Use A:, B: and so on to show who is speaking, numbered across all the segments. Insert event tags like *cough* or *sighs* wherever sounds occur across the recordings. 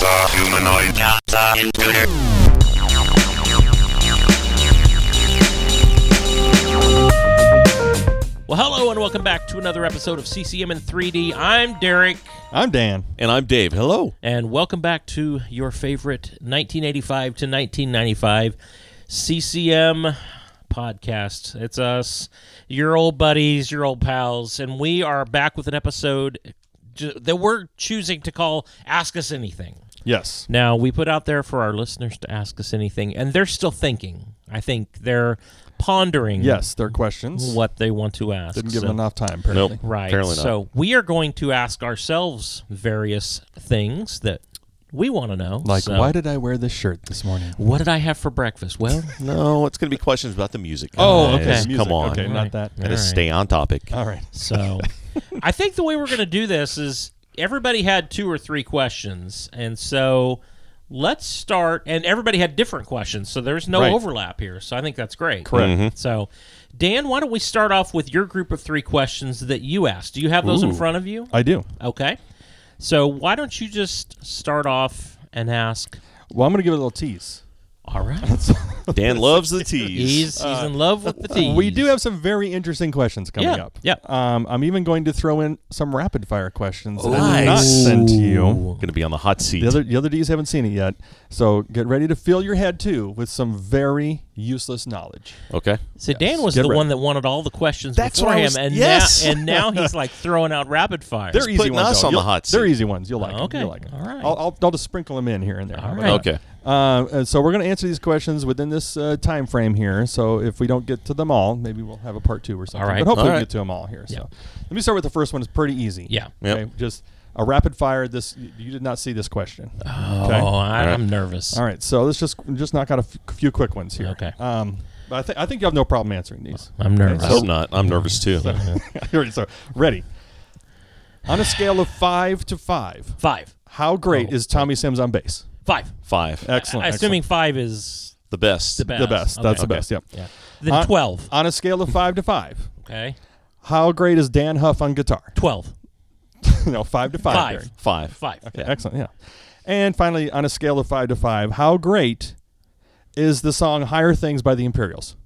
A: Humanoid Casa Intruder.
B: Well, hello and welcome back to another episode of CCM in 3D. I'm Derek,
C: I'm Dan.
D: And I'm Dave. Hello.
B: and welcome back to your favorite 1985 to 1995 CCM podcast. It's us, your old buddies, your old pals, and we are back with an episode ju- that we're choosing to call Ask Us Anything.
C: Yes.
B: Now, we put out there for our listeners to ask us anything, and they're still thinking. I think they're pondering
C: Yes, there are questions.
B: what they want to ask.
C: Didn't give
B: so-
C: them enough time, apparently.
D: Nope.
B: Right.
D: Apparently not.
B: so we are going to ask ourselves various things that we want to know.
C: Like,
B: So, Eh,
C: why did I wear this shirt this morning?
B: what did I have for breakfast? Well,
D: No, it's going to be questions about the music.
C: Oh,
D: guys.
C: okay.
B: Music,
D: Come on.
C: Okay,
D: Gotta
B: Right.
C: not that.
B: All right.
D: stay on topic.
C: All right.
B: so I think the way we're going to do this is everybody had two or three questions, and so let's start. And everybody had different questions, so there's no
C: Right.
B: overlap here. So I think that's great.
C: Correct.
B: So, Dan, why don't we start off with your group of three questions that you asked? Do you have those in
D: Ooh.
B: front of you?
C: I do.
B: Okay. So why don't you just start off and ask?
C: Well, I'm going to give it a little tease.
B: All
C: *laughs*
B: right.
D: Dan loves the teas.
B: He's, he's in love with the teas.
C: uh, *laughs* We do have some very interesting questions coming
B: Yeah,
C: up.
B: yeah.
C: Um, I'm even going to throw in some rapid fire questions that I did
D: Nice.
C: not send to you.
D: Going to be on the hot seat.
C: The other, the other D's haven't seen it yet. So get ready to fill your head, too, with some very useless knowledge.
D: okay.
B: So Dan was
C: Get
B: the
C: ready.
B: one that wanted all the questions
D: That's
B: before
D: what I
B: him,
D: was-
B: and
D: yes.
B: now
C: *laughs*
B: and now he's like throwing out rapid fire.
C: They're easy
D: putting
C: ones.
D: us
C: though.
D: on the
C: You'll-
D: hot
C: They're
D: seat.
C: easy ones. You'll like 'em.
B: Oh, Okay.
C: You'll like 'em.
B: All right.
C: I'll, I'll, I'll just sprinkle them in here and there. How
B: All
C: about
B: right.
C: that?
D: Okay.
C: Um, and so we're going to answer these questions within this uh, time frame here. So if we don't get to them all, maybe we'll have a part two or something.
B: right.
C: But hopefully
D: All
C: we
D: right.
C: get to them all here.
B: Yeah.
C: So let me start with the first one. It's pretty easy.
B: Yeah.
D: Yep.
C: Okay. Just a rapid fire. This you you did not see this question.
B: Oh,
C: okay.
B: I,
D: right.
B: I'm nervous.
C: All right. So let's just just knock out a f- few quick ones here.
B: Okay.
C: Um, but I think I think you have no problem answering these. *laughs*
B: I'm nervous.
D: I
C: so-
D: hope not. I'm nervous too.
C: All right, so ready. On a scale of five to five,
B: Five,
C: how great
B: Oh.
C: is Tommy Sims on bass?
B: five.
D: Five.
C: Excellent.
B: I- assuming
C: excellent.
B: five is
D: the best.
B: the best.
C: the best. That's
B: Okay.
C: the best. Yep.
B: Yeah. Then
C: On-
B: twelve.
C: On a scale of five to five,
B: Okay.
C: How great is Dan Huff on guitar? *laughs*
B: Twelve.
C: no, five to five.
B: Five.
C: Derek.
D: Five.
B: Five.
C: Okay, excellent. Yeah. And finally, on a scale of five to five, how great is the song "Higher Things" by the Imperials?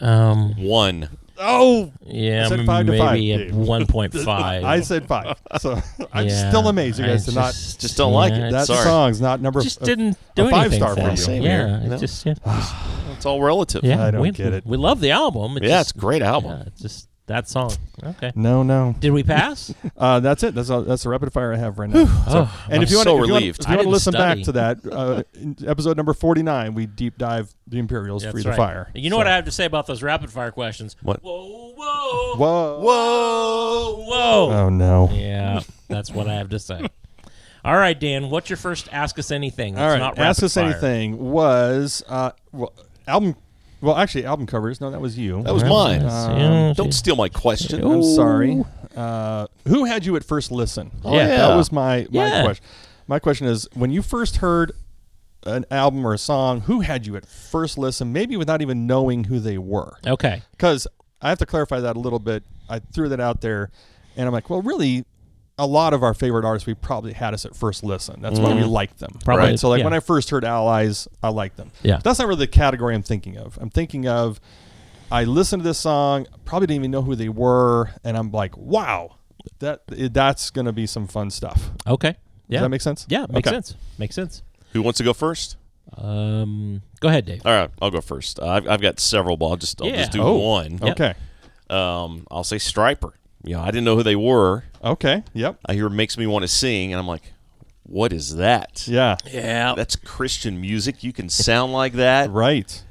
B: Um.
D: One.
C: Oh,
B: Yeah.
C: I said
B: m-
C: five to
B: maybe
C: five,
B: at
C: Dave.
B: one point five.
C: *laughs* I said five. So *laughs* I'm
B: Yeah,
C: still amazed you
B: I
C: guys did not.
D: Just don't like it.
C: That
B: it's-
D: Sorry.
C: song's not number.
B: just
C: uh,
B: didn't do
C: five
B: anything
C: star
B: for
C: for
B: us.
C: you.
D: Same
B: yeah,
D: here.
B: it
D: No.
C: *laughs*
B: just yeah, just-
D: It's all relative.
B: yeah,
C: I don't
B: we,
C: get it.
B: We love the album. It
D: Yeah,
B: just,
D: it's a great album.
B: yeah, it's just that song. Okay.
C: No, no.
B: Did we *laughs* pass?
C: Uh, that's it. That's all, that's the rapid fire I have right now. So-
B: Oh,
C: and
D: I'm
C: if you want
D: so
C: to,
D: relieved.
C: if
B: I
C: you want to
B: didn't
C: listen
B: study.
C: back to that uh, in episode number forty nine, we deep dive the Imperials
B: that's
C: free
B: right.
C: the fire.
B: You know
C: So-
B: what I have to say about those rapid fire questions?
D: What?
B: Whoa, whoa,
C: Whoa.
D: Whoa.
B: whoa.
C: Oh no.
B: Yeah, that's what I have to say. All right, Dan, what's your first ask us anything?
C: All
B: It's
C: right.
B: not
C: Ask
B: rapid
C: us
B: fire.
C: anything was uh, well, album. Well, actually, album covers. No, that was you.
D: That was
C: Uh,
D: mine.
B: Yeah,
D: Don't steal my question.
C: I'm sorry. Uh, who had you at first listen?
D: Oh, yeah.
C: that was my my
B: Yeah.
C: question. My question is, when you first heard an album or a song, who had you at first listen? Maybe without even knowing who they were,
B: Okay.
C: because I have to clarify that a little bit. I threw that out there, and I'm like, well, really. A lot of our favorite artists, we probably had us at first listen. That's why we liked them.
B: Mm-hmm. Probably,
C: right. So, like
B: yeah.
C: when I first heard Allies, I liked them.
B: Yeah.
C: That's not really the category I'm thinking of. I'm thinking of I listened to this song, probably didn't even know who they were, and I'm like, wow, that it- that's gonna be some fun stuff.
B: Okay. Yeah.
C: that make sense?
B: Yeah, makes
C: Okay.
B: sense. Makes sense.
D: Who wants to go first?
B: Um, go ahead, Dave.
D: All right, I'll go first. Uh, I've, I've got several, but I'll just I'll
B: Yeah.
D: just do
C: Oh.
D: one.
B: Yep.
C: Okay.
D: Um, I'll say Striper. You know, I didn't know who they were.
C: Okay. Yep.
D: I hear makes me want to sing, and I'm like, what is that?
C: Yeah.
B: Yeah.
D: That's Christian music. You can sound like that.
C: Right.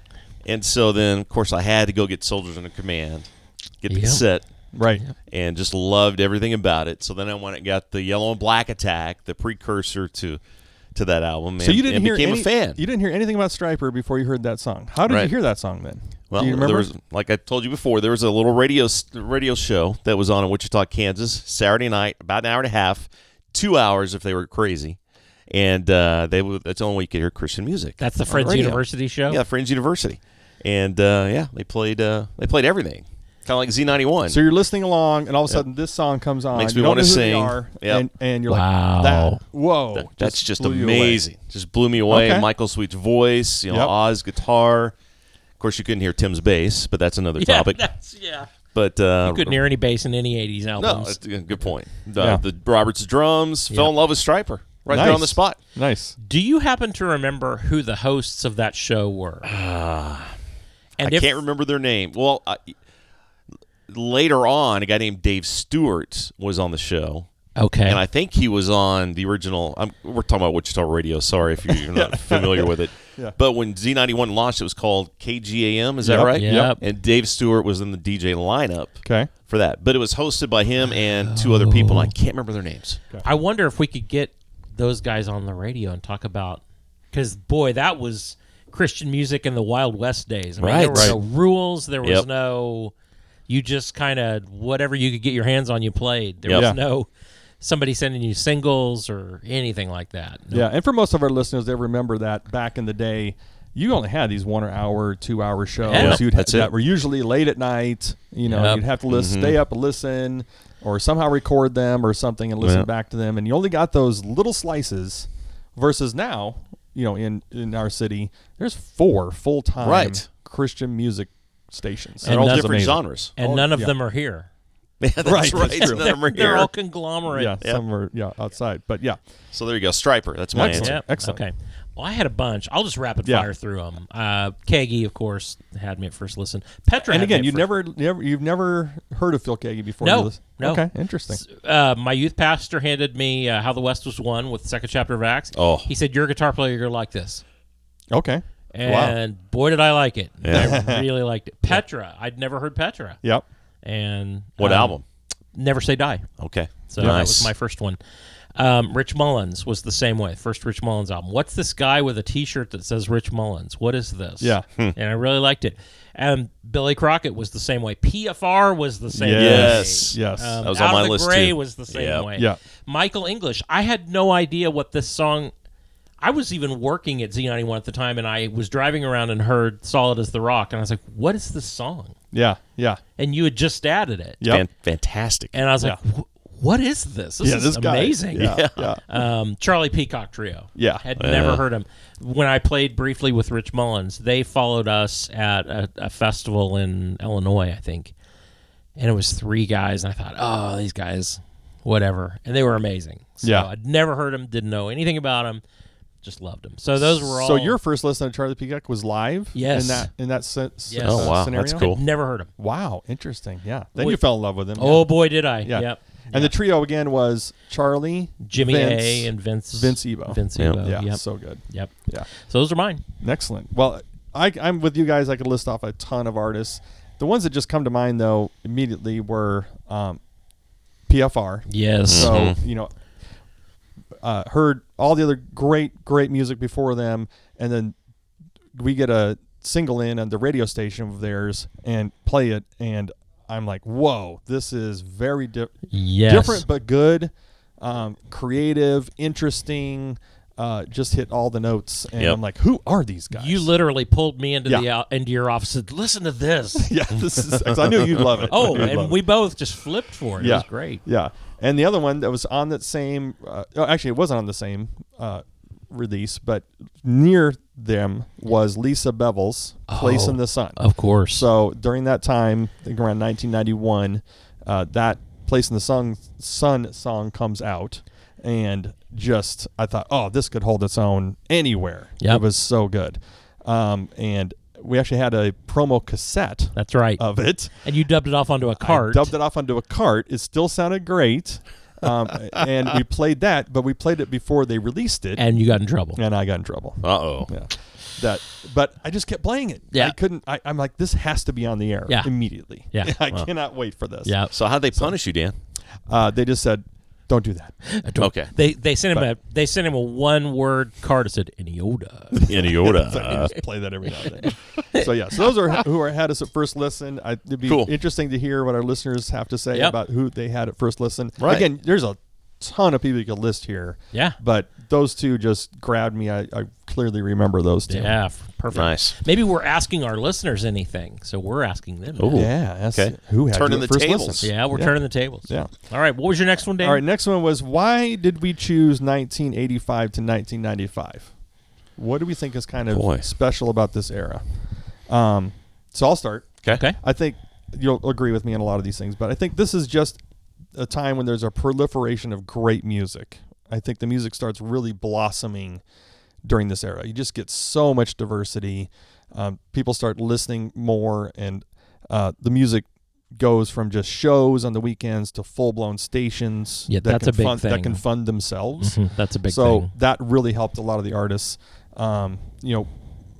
D: And so then, of course, I had to go get Soldiers Under Command, get the
B: Yep.
D: cassette,
C: Right.
D: and just loved everything about it. So then I went and got the Yellow and Black Attack, the precursor to to that album, and,
C: So you didn't
D: and
C: hear
D: became
C: any-
D: a fan.
C: You didn't hear anything about Striper before you heard that song. How did you
D: Right.
C: hear that song then?
D: Well,
C: Do you remember?
D: there was like I told you before, there was a little radio radio show that was on in Wichita, Kansas, Saturday night, about an hour and a half, two hours if they were crazy, and uh, they would. That's the only way you could hear Christian music.
B: That's the
D: on
B: Friends
D: radio.
C: Oh.
B: University show.
D: Yeah, Friends University, and uh, yeah, they played uh, they played everything. kind of like Z91.
C: So you're listening along, and all of a sudden this song comes on.
D: Makes
C: you
D: me
C: don't
D: wanna
C: know who
D: sing.
C: They are,
D: Yep.
C: and, and you're
B: Wow.
C: like, that, whoa,
D: That- that's just,
C: blew you away.
D: amazing. Just blew me away.
C: Okay.
D: Michael Sweet's voice, you know,
C: Yep.
D: Oz guitar. Of course, you couldn't hear Tim's bass, but that's another
B: *laughs* Yeah,
D: topic.
B: that's yeah.
D: But uh,
B: Couldn't hear any bass in any '80s
D: no,
B: albums.
D: it's a good point. The,
C: Yeah.
D: the Roberts drums fell in love with Striper right there on
C: Nice.
D: the spot.
C: Nice.
B: Do you happen to remember who the hosts of that show were? and
D: Uh, I
B: if,
D: can't remember their name. Well, I, later on, a guy named Dave Stewart was on the show.
B: Okay.
D: And I think he was on the original. I'm, we're talking about Wichita Radio. Sorry if you're, you're not familiar with it.
C: Yeah.
D: But when Z91 launched, it was called KGAM. Is that
C: Yep,
D: right?
B: yep.
D: And Dave Stewart was in the DJ lineup
C: Okay.
D: for that. But it was hosted by him and two other people. And I can't remember their names.
B: I wonder if we could get those guys on the radio and talk about because boy, that was Christian music in the Wild West days. I mean, There
D: Right.
B: were no rules. There was
D: Yep.
B: no. You just kind of whatever you could get your hands on, you played. There
D: Yep.
B: was
C: Yeah.
B: no somebody sending you singles or anything like that. No.
C: Yeah, and for most of our listeners, they remember that back in the day, you only had these one hour, two hour shows.
B: Yeah.
C: you'd
D: That's it.
C: that were usually late at night. You know,
B: Yep.
C: you'd have to list, stay up, listen, or somehow record them or something and listen
D: Yeah.
C: back to them. And you only got those little slices. Versus now, you know, in in our city, there's four full time
D: Right.
C: Christian music stations.
D: They're
B: And
D: all
B: that's
D: different
C: amazing.
D: genres. *laughs*
B: and
C: Oh,
B: none of
C: yeah.
B: them are here.
D: Yeah, that's
C: Right,
D: right.
C: that's true.
D: None of them are
B: *laughs* They're
D: here.
B: all conglomerate.
C: Yeah, some are yeah outside, but yeah,
D: So there you go. Striper. That's my
C: Excellent.
D: answer.
B: Yeah.
C: Excellent.
B: Okay. Well, I had a bunch. I'll just rapid
C: Yeah.
B: fire through them. Uh, Keggy, of course, had me at first listen. Petra,
C: and
B: had me
C: again,
B: at
C: you
B: first-
C: never, never, you've never heard of Phil Kagi before.
B: No,
C: you lis-
B: no.
C: Okay, interesting.
B: uh, my youth pastor handed me uh, How the West Was Won with the second chapter of Acts.
D: Oh.
B: He said, You're a guitar player, you're like this.
C: Okay,
B: And boy, did I like it. I really
C: *laughs*
B: liked it. Petra, I'd never heard Petra.
C: yep.
B: And
D: What
B: um,
D: album?
B: Never Say Die.
D: Okay.
B: So that
D: nice.
B: was my first one. Um, Rich Mullins was the same way. First Rich Mullins album. What's this guy with a T-shirt that says Rich Mullins? What is this?
C: Yeah.
B: *laughs* and I really liked it. Um, Billy Crockett was the same way. PFR was the same
D: Yes.
B: way.
C: Yes.
B: um,
D: That was
B: Out
D: on
B: of
D: my
B: the
D: list,
B: Gray
D: too.
B: was the same
D: Yep.
B: way.
C: Yeah.
B: Michael English. I had no idea what this song. I was even working at Z91 at the time, and I was driving around and heard "Solid as the Rock," and I was like, "What is this song?"
C: Yeah, yeah,
B: And you had just added it,
C: yep.
D: Fan- fantastic.
B: and I was like, "Wh- "What is this? This
C: yeah,
B: is
C: this guy.
B: amazing."
C: Yeah, yeah,
B: *laughs* um, Charlie Peacock Trio.
C: Yeah.
B: Had never heard him. When I played briefly with Rich Mullins, they followed us at a, a festival in Illinois, I think. And it was three guys, and I thought, oh, these guys, whatever. And they were amazing. So
C: Yeah.
B: I'd never heard them, didn't know anything about them, just loved them. So those were all.
C: So your first listen to Charlie Peacock was live.
B: Yes.
C: In that in that se- se-
B: Yes.
C: uh,
B: Oh,
D: wow,
C: scenario?
D: that's cool.
B: Never heard them.
C: Wow, interesting. Yeah. Then
B: Wait.
C: you fell in love with him.
B: Oh, boy, did I.
C: yeah.
B: Yep.
C: And the trio again was Charlie,
B: Jimmy
C: Vince,
B: A and Vince.
C: Vince Ebo.
B: Vince
D: Yep.
B: Ebo.
C: yeah,
B: Yep.
C: so good.
B: yep.
C: Yeah,
B: So those are mine.
C: excellent. Well, I, I'm with you guys. I could list off a ton of artists. The ones that just come to mind though immediately were um, PFR.
B: Yes.
C: So you know, uh, heard all the other great, great music before them, and then we get a single in on the radio station of theirs and play it, and I'm like, whoa, this is very di-
B: yes.
C: different but good, um, creative, interesting. Uh, just hit all the notes, and
D: Yep.
C: I'm like, who are these guys?
B: You literally pulled me into
C: Yeah.
B: the out, into your office and said, "Listen to
C: *laughs* *laughs*
B: this."
C: yeah, this is. 'cause I knew you'd love it. I
B: *laughs* oh,
C: knew you'd love
B: and
C: it.
B: we both just flipped for it. It
C: Yeah.
B: was great.
C: Yeah. And the other one that was on that same, uh, oh, actually, it wasn't on the same uh, release, but near them was Lisa Bevel's Place
B: Oh.
C: in the Sun.
B: Of course.
C: So during that time, I think around 1991, uh, that Place in the Sun, Sun song comes out. And just, I thought, oh, this could hold its own anywhere.
B: Yep.
C: It was so good. Um, and we actually had a promo cassette
B: That's right.
C: of it.
B: and you dubbed it off onto
C: I
B: a cart.
C: dubbed it off onto a cart. It still sounded great. Um,
B: *laughs*
C: and we played that, but we played it before they released it,
B: and you got in trouble.
C: and I got in trouble.
D: Uh oh.
C: Yeah, that. But I just kept playing it.
B: Yeah.
C: I couldn't. I, I'm like, this has to be on the air
B: Yeah.
C: immediately.
B: Yeah.
C: *laughs* I cannot wait for this.
B: Yeah.
D: So how'd they punish you, Dan?
C: uh, they just said, don't do that.
D: Okay.
B: They they sent him a they sent him a one word card that said
C: *laughs*
B: Inioda.
D: In
C: So I
D: Yoda.
C: just play that every now and
D: *laughs*
C: then. so yeah, so those are who are had us at first listen. I, it'd be
D: Cool.
C: interesting to hear what our listeners have to say
B: Yep.
C: about who they had at first listen.
D: Right.
C: Again, there's a ton of people you could list here.
B: Yeah.
C: But those two just grabbed me. I, I clearly remember those two.
B: Yeah, f- perfect.
D: Nice.
B: Maybe we're asking our listeners anything, so we're asking them.
D: Ooh.
C: Yeah, that's
D: Okay.
C: who had
D: Turning
C: you at
D: the
C: first
D: tables.
C: listen.
B: Yeah, we're turning the tables.
C: Yeah.
B: All right. What was your next one, Dave?
C: All right, next one was why did we choose 1985 to 1995? What do we think is kind of
D: Boy.
C: special about this era? Um, so I'll start.
B: Okay.
C: I think you'll agree with me on a lot of these things, but I think this is just a time when there's a proliferation of great music. I think the music starts really blossoming during this era. You just get so much diversity. Um, people start listening more, and uh, the music goes from just shows on the weekends to full blown stations
B: Yeah,
C: that
B: that's
C: can
B: a big
C: fund, that
B: thing.
C: can fund themselves
B: Mhm, That's a big
C: so
B: thing.
C: that really helped a lot of the artists um, you know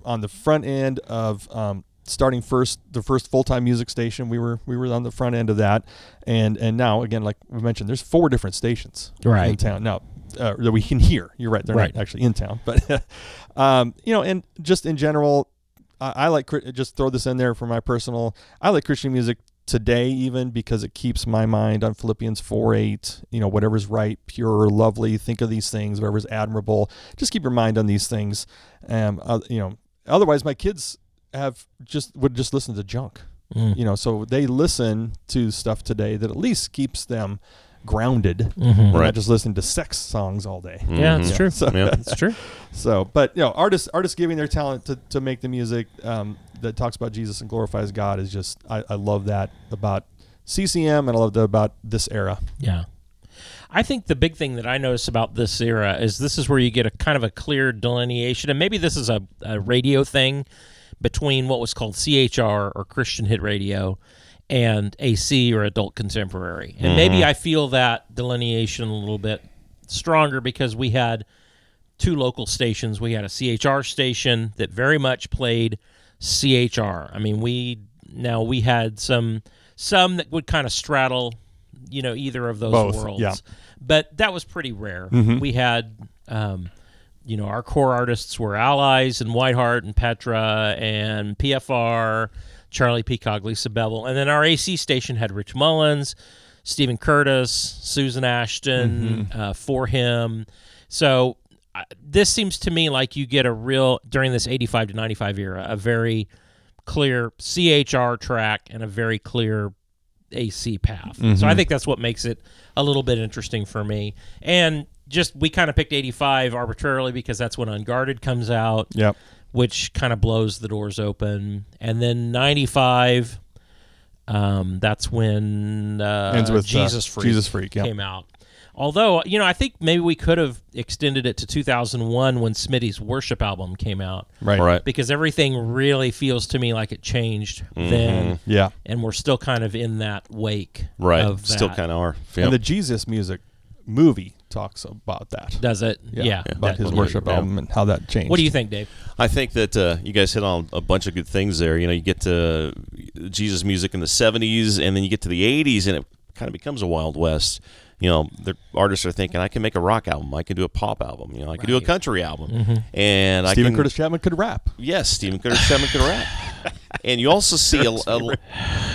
C: on the front end of um, starting first the first full-time music station we were we were on the front end of that and and now again like we mentioned there's four different stations in
B: Right.
C: town now uh, that we can hear you're right they're
B: Right.
C: not actually in town *laughs* but um, you know and just in general I, I like Chri- just throw this in there for my personal I like Christian music today even because it keeps my mind on Philippians 4 8 you know whatever's right pure lovely think of these things whatever's admirable just keep your mind on these things um uh, you know otherwise my kids have just would just listen to junk
B: Mm.
C: you know so they listen to stuff today that at least keeps them grounded
B: Mhm.
C: and
D: Right.
C: not just listening to sex songs all day
B: Mm-hmm. Yeah, that's
D: Mhm.
B: true.
C: so
D: Yeah.
B: That's true.
C: so, but you know, artists artists giving their talent to, to make the music um, that talks about Jesus and glorifies God is just I, I love that about CCM and I love that about this era.
B: Yeah. I think the big thing that I notice about this era is this is where you get a kind of a clear delineation, and maybe this is a, a radio thing between what was called CHR or Christian Hit Radio and AC or Adult Contemporary.
C: Mm-hmm.
B: And maybe I feel that delineation a little bit stronger because we had two local stations. We had a CHR station that very much played CHR. I mean, we now we had some some that would kind of straddle, you know, either of those
C: Both,
B: worlds.
C: yeah.
B: But that was pretty rare. We had um, you know, our core artists were Allies and Whiteheart and Petra and PFR, Charlie Peacock, Lisa Bevel. And then our AC station had Rich Mullins, Stephen Curtis, Susan Ashton uh, for him. So I- this seems to me like you get a real, during this 85 to 95 era, a very clear CHR track and a very clear AC path. So
C: Mm-hmm.
B: I think that's what makes it a little bit interesting for me. And just we kind of picked 85 arbitrarily because that's when Unguarded comes out,
C: Yep.
B: which kind of blows the doors open. And then 95 um, that's when uh,
C: Ends with, uh,
B: Jesus Freak
C: Jesus Freak, yeah.
B: came out. Although, you know, I think maybe we could have extended it to 2001 when Smitty's Worship album came out
C: Right.
D: Right.
B: because everything really feels to me like it changed then
C: Yeah.
B: and we're still kind of in that wake
D: Right.
B: of
D: Still
B: that.
D: kind of are.
C: And the Jesus music movie talks about that.
B: does it yeah,
C: About
B: that-
C: his
D: yeah.
C: worship
D: Yeah.
C: album and how that changed.
B: what do you think dave
D: I think that uh, you guys hit on a bunch of good things there. You know, you get to Jesus music in the 70s, and then you get to the 80s, and it kind of becomes a Wild West. You know, the artists are thinking, I can make a rock album, I can do a pop album, you know, I can do a country album. And I
C: Mm-hmm. Stephen
D: can,
C: Curtis Chapman could rap.
D: Yes, Stephen Curtis Chapman can rap.
C: *laughs*
D: And you also see a, a-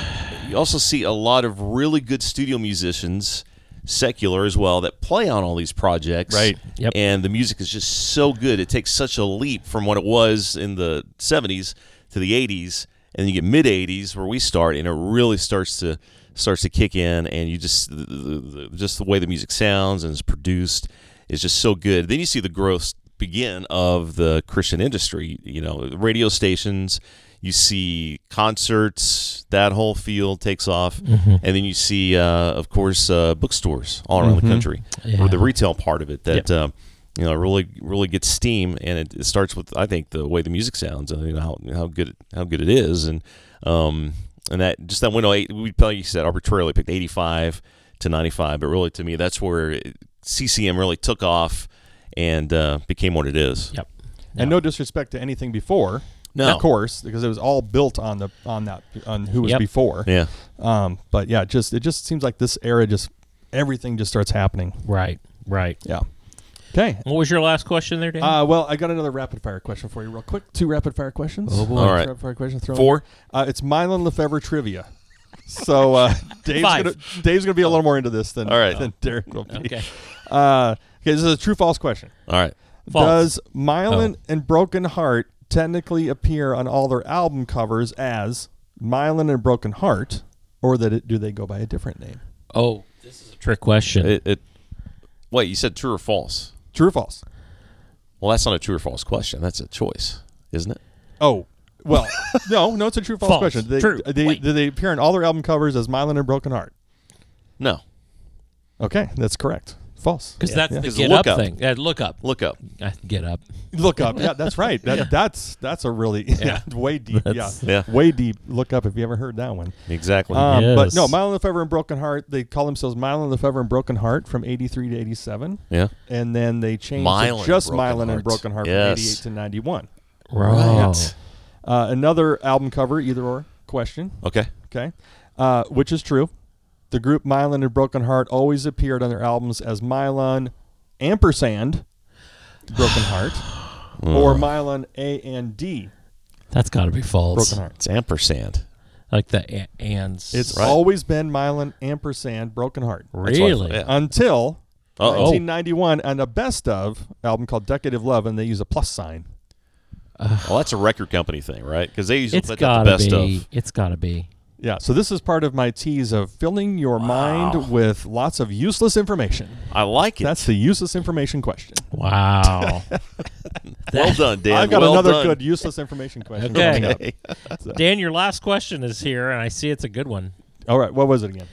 D: you also see a lot of really good studio musicians, secular as well, that play on all these projects.
C: Right.
B: Yep.
D: And the music is just so good. It takes such a leap from what it was in the '70s to the '80s, and then you get mid '80s where we start, and it really starts to starts to kick in, and you just the, the, the, just the way the music sounds and is produced is just so good. Then you see the growth begin of the Christian industry. You know, radio stations. You see concerts. That whole field takes off, and then you see, uh, of course, uh, bookstores all around the country, or the retail part of it that. Uh, you know, really, really gets steam, and it, it starts with I think the way the music sounds, and you know, how, how good it, how good it is, and um, and that just that window eight, we probably said arbitrarily picked eighty five to ninety five, but really to me that's where it, CCM really took off and uh, became what it is.
B: yep
C: And no disrespect to anything before.
D: No.
C: Of course, because it was all built on the on that on who was
B: Yep.
C: before.
D: Yeah,
C: Um, but yeah, just it just seems like this era just everything just starts happening.
B: right right
C: Yeah. Okay.
B: what was your last question there dave
C: Uh, well, I got another rapid fire question for you, real quick. Two rapid fire questions. Oh
D: boy. All right.
C: Rapid fire questions. throw
D: Four?
C: them. Uh, it's Milan Lefevre trivia. So uh, Dave's
B: Five.
D: *laughs*
C: gonna Dave's gonna be a little more into this than
D: All right. *laughs*
C: than Derek will be.
B: okay
C: Uh, this is a true false question.
D: All right.
B: False.
C: Does Myelin
D: Oh.
C: and Broken Heart technically appear on all their album covers as Myelin and Broken Heart, or that it, do they go by a different name?
B: Oh, this is a trick question.
D: It, it. Wait, you said true or false?
C: True or false?
D: Well, that's not a true or false question. That's a choice, isn't it?
C: Oh, well, no, no, it's a true false,
B: False.
C: question. They,
B: True.
C: They,
B: Wait.
C: do they appear on all their album covers as Myelin and Broken Heart?
D: No.
C: Okay, that's correct. False.
B: because that's the
D: 'Cause
B: get up,
D: look up.
B: thing. Yeah, look up.
D: Look up.
B: Uh, get up.
C: *laughs* Look up. Yeah, that's right. That, That's that's a really *laughs* yeah, way deep. yeah,
D: Yeah.
C: way deep. Look up if you ever heard that one.
D: Exactly.
C: Um, But no,
B: Yes.
C: Mylan Lefevre and Broken Heart. They call themselves Mylan Lefevre and Broken Heart from '83 to '87,
D: yeah.
C: and then they changed
D: Mylan
C: to just
D: and Broken
C: Mylan and
D: Heart.
C: Broken Heart
D: Yes.
C: from '88 to '91.
B: Right.
C: Uh, another album cover, either or question.
D: Okay.
C: Okay, uh, which is true. The group Mylan and Broken Heart always appeared on their albums as Mylan ampersand Broken Heart or Mylan A and D
B: That's got to be false.
C: Broken Heart.
D: It's ampersand.
B: Like the a- ands.
C: It's
D: Right.
C: always been Mylan ampersand Broken Heart
D: That's why-
B: really.
D: yeah.
C: until
D: Uh-oh.
C: 1991 on a best of album called Decade of Love, and they use a plus sign.
D: Well, that's a record company thing, right? Because they usually
B: It's
D: put out
B: gotta
D: the best
B: be.
D: of.
B: It's gotta be.
C: Yeah, so this is part of my tease of filling your mind with lots of useless information.
D: I like it.
C: That's the useless information question.
B: Wow.
D: *laughs* well done, Dan.
C: I've got
D: Well
C: another
D: done.
C: good
D: *laughs*
C: useless information question.
B: Okay.
C: coming up.
B: Dan, your last question is here, and I see it's a good one.
C: All right, what was it again?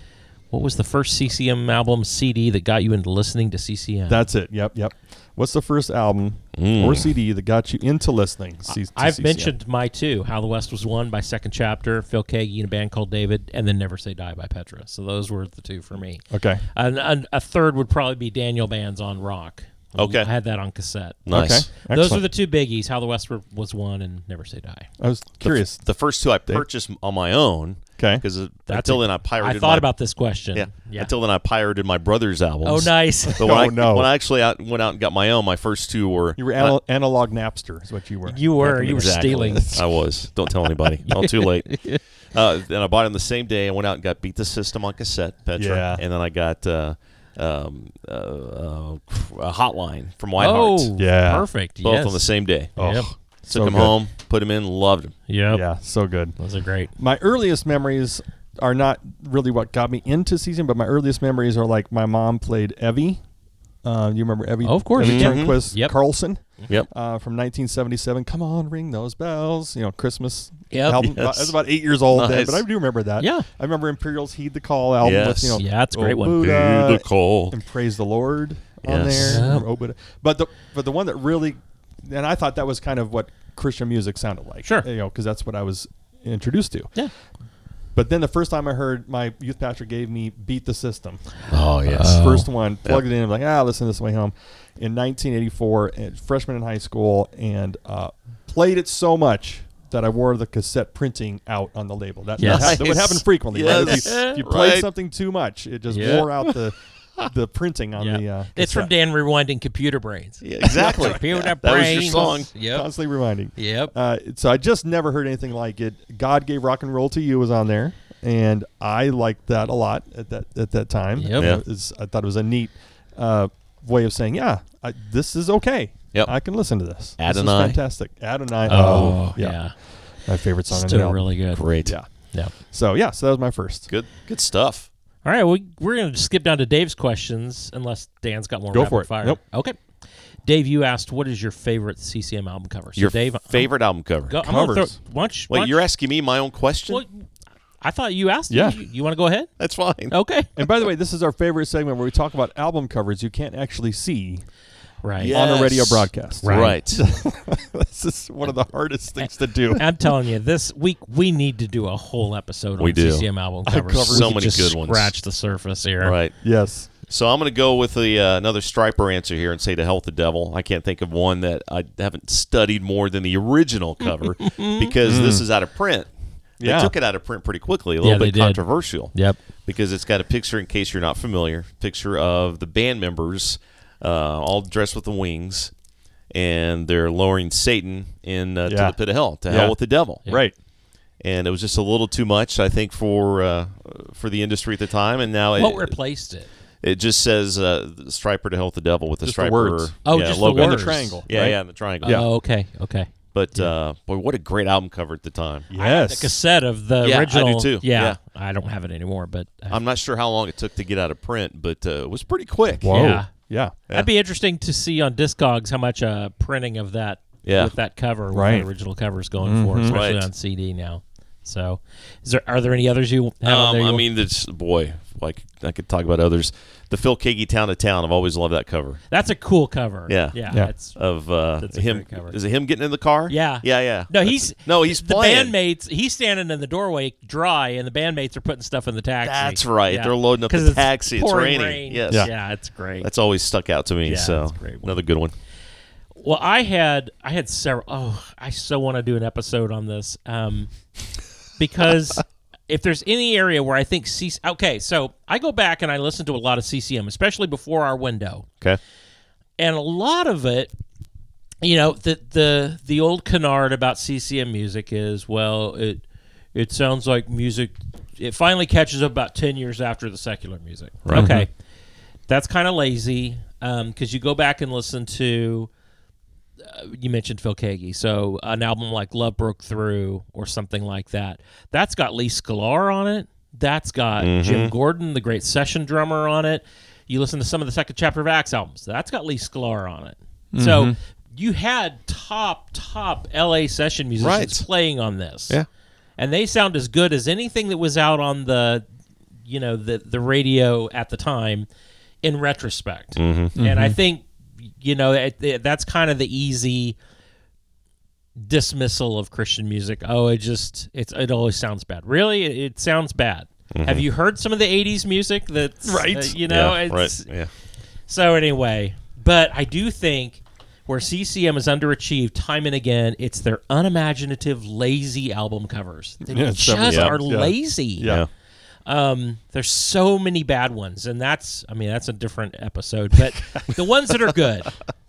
B: What was the first CCM album CD that got you into listening to CCM?
C: That's it. Yep, yep. What's the first album or CD that got you into listening? C- to
B: I've
C: CCM?
B: mentioned my two: How the West Was Won by Second Chapter, Phil Kagi and a band called David, and then Never Say Die by Petra. So those were the two for me.
C: Okay.
B: And, and a third would probably be Daniel Band's on Rock.
D: Okay.
B: I had that on cassette.
D: Nice.
C: Okay.
B: Those are
C: Excellent.
B: the two biggies: How the West Were- Was Won and Never Say Die.
C: I was curious.
D: The first two I purchased on my own.
C: 'Kay.
D: Because
B: That's
D: until
B: a-
D: then I pirated.
B: I thought
D: my-
B: about this question.
D: Yeah. Until then I pirated my brother's
C: *laughs*
B: oh,
D: albums.
B: nice. *laughs*
D: But when
C: Oh,
D: I,
C: no.
D: When I actually out, went out and got my own, my first two were.
C: You were anal- analog Napster, is what you were.
B: You were. You were
D: Exactly.
B: stealing.
D: I was. Don't tell anybody. oh, too late. Uh, and I bought them the same day. I went out and got Beat the System on cassette, Petra.
C: Yeah.
D: And then I got uh, um, uh, uh, a Hotline from White
B: oh,
D: Heart.
C: Yeah.
B: Perfect.
D: Both
B: yes.
D: on the same day.
C: Oh,
B: Yep.
D: Took
C: so
D: them
C: good.
D: home, put them in, loved them.
B: Yep.
C: Yeah, so good.
B: Those are great.
C: my earliest memories are not really what got me into season, but my earliest memories are like my mom played Evie. Uh, you remember Evie?
B: Oh, of course,
C: Evie
B: yeah.
C: Turnquist
B: Yep.
C: Carlson
D: Yep.
C: uh, from 1977. Come on, ring those bells. You know, Christmas
B: Yep.
C: album.
D: Yes.
C: I was about eight years old then,
D: Nice.
C: but I do remember that.
B: Yeah.
C: I remember Imperials Heed the Call album. With,
D: Yes.
C: you know,
B: Yeah, that's a great
C: "Oh,
B: one.
C: Buddha
D: Heed the Call.
C: and praise the Lord on
D: Yes.
C: there.
B: Yeah.
C: Oh, Buddha. But the but the one that really, and I thought that was kind of what Christian music sounded like.
B: Sure.
C: you know, because that's what I was introduced to.
B: Yeah.
C: But then the first time I heard my youth pastor gave me "Beat the System,"
D: Oh, yes.
B: Uh,
C: first one, plugged it in. I'm like, ah, listen this way home. In 1984, and freshman in high school, and uh, played it so much that I wore the cassette printing out on the label. That,
B: Yes.
C: that, hap- that would
D: Nice.
C: happen frequently. right? If you,
D: Yes.
C: if you played
D: Right.
C: something too much, it just
B: Yeah.
C: wore out the the printing on the. Uh,
B: it's from
C: cassette.
B: Dan rewinding computer brains.
D: Yeah, exactly.
B: *laughs* Computer
D: Yeah,
B: brains.
D: that was your song.
B: Yep.
C: Constantly reminding.
B: Yep.
C: Uh, so I just never heard anything like it. God gave rock and roll to you was on there, and I liked that a lot at that at that time.
B: Yep.
D: Yeah.
C: It was- I thought it was a neat uh, way of saying, yeah, I, this is okay.
D: Yep.
C: I can listen to this.
D: Adonai.
C: This is fantastic. Adonai.
B: Oh, yeah.
C: My favorite song. on the
B: Still
C: album.
B: really good.
D: Great.
C: Yeah.
B: Yeah.
C: So yeah, so that was my first.
D: Good. Good stuff.
B: All right, we, we're going to skip down to Dave's questions unless Dan's got more
C: Go
B: rapid
C: for it.
B: fire.
C: Nope.
B: Okay. Dave, you asked, what is your favorite CCM album cover? So
D: Your
B: Dave,
D: favorite album cover.
B: I'm, go, I'm gonna throw,
C: covers.
B: why don't you- why
D: Wait,
B: don't
D: you're
B: you-
D: asking me my own question?
B: well, I thought you asked.
C: Yeah.
B: You, you want to go ahead?
D: That's fine.
B: Okay.
C: And by the way, this is our favorite segment where we talk about album covers you can't actually see
B: Right.
D: Yeah.
C: on a radio
D: Yes.
C: broadcast.
D: Right.
C: *laughs* this is one of the hardest things to
D: *laughs*
C: do.
B: I'm telling you, this week we need to do a whole episode
D: We
B: on
D: do.
B: CCM album covers.
C: covered
D: so
B: We
D: many
B: just
D: good ones.
B: Scratch the surface here.
D: right.
C: Yes.
D: So I'm going to go with the uh, another striper answer here and say to hell with the devil. I can't think of one that I haven't studied more than the original cover because this is out of print.
C: Yeah.
D: They took it out of print pretty quickly. A little
B: Yeah, they
D: bit
B: did.
D: controversial.
B: Yep.
D: Because it's got a picture. In case you're not familiar, picture of the band members uh, all dressed with the wings, and they're lowering Satan in
C: Yeah.
D: uh, to the pit of hell. To
C: Yeah.
D: hell with the devil.
C: Right.
D: And it was just a little too much, I think, for uh, for the industry at the time. And now
B: What
D: it,
B: replaced it?
D: It just says uh, striper to help the devil with the
C: Just the
D: striper.
C: words.
B: Oh,
D: yeah,
B: just the
D: logo.
B: words.
C: And the triangle.
D: Yeah,
C: right?
D: yeah, and the triangle.
C: Yeah.
B: Oh, okay, okay.
D: But uh, boy, what a great album cover at the time.
B: The
C: Yes.
B: cassette of the
D: Yeah, I do
B: original.
D: too.
B: Yeah,
D: Yeah. Uh,
B: I don't have it anymore, but uh, I,
D: I'm not sure how long it took to get out of print, but uh, it was pretty quick.
C: Whoa.
B: Yeah.
C: Yeah.
B: that'd be interesting to see on Discogs how much uh, printing of that
D: Yeah. Mm-hmm.
B: with that cover, with
C: Right.
B: that original cover is going for, especially
D: Right.
B: on CD now. So, is there are there any others you have? on
D: Um,
B: there you
D: I
B: want-
D: mean, this boy, like I could talk about others. The Phil Kagi Town to Town. I've always loved that cover
B: that's a cool cover.
D: Yeah.
B: yeah,
C: Yeah.
B: That's,
D: of uh,
B: That's a
D: him.
B: great cover.
D: Is it him getting in the car?
B: Yeah.
D: yeah, yeah.
B: No,
D: That's-
B: he's
D: no, he's
B: the
D: playing.
B: bandmates. He's standing in the doorway dry, and the bandmates are putting stuff in the taxi.
D: That's right. They're loading up
B: 'Cause
D: the
B: it's
D: taxi. It's
B: pouring
D: raining.
B: rain.
D: Yes.
B: Yeah.
D: Yeah.
B: it's great.
D: That's always stuck out to me.
B: Yeah,
D: so
B: that's a great one.
D: another good one.
B: well, I had I had several. Oh, I so want to do an episode on this um, because if there's any area where I think C. Okay, so I go back and I listen to a lot of CCM, especially before our window.
D: Okay.
B: and a lot of it you know the the the old canard about CCM music is well it it sounds like music it finally catches up about 10 years after the secular music
D: Right.
B: okay that's kind of lazy because you go back and listen to uh, you mentioned Phil Kagi, so an album like Love Broke Through or something like that. That's got Lee Scalar on it. That's got Jim Gordon, the great session drummer, on it. You listen to some of the second chapter of Axe albums. That's got Lee Scalar on it. So you had top top LA session musicians
D: Right.
B: playing on this.
D: Yeah.
B: And they sound as good as anything that was out on the you know the the radio at the time in retrospect
D: Mm-hmm.
B: and i think you know it, it- that's kind of the easy dismissal of christian music oh it just it's it always sounds bad really it, it sounds bad have you heard some of the 80s music that's right you know
D: Mm-hmm. yeah,
B: it's,
D: right. Yeah.
B: so anyway but i do think where CCM is underachieved time and again, it's their unimaginative, lazy album covers. They
C: Yeah, it's
B: just
C: definitely-
B: are
C: yeah.
B: lazy.
C: Yeah.
D: yeah.
B: Um, there's so many bad ones, and that's I mean that's a different episode. But the ones that
C: *laughs*
B: are good,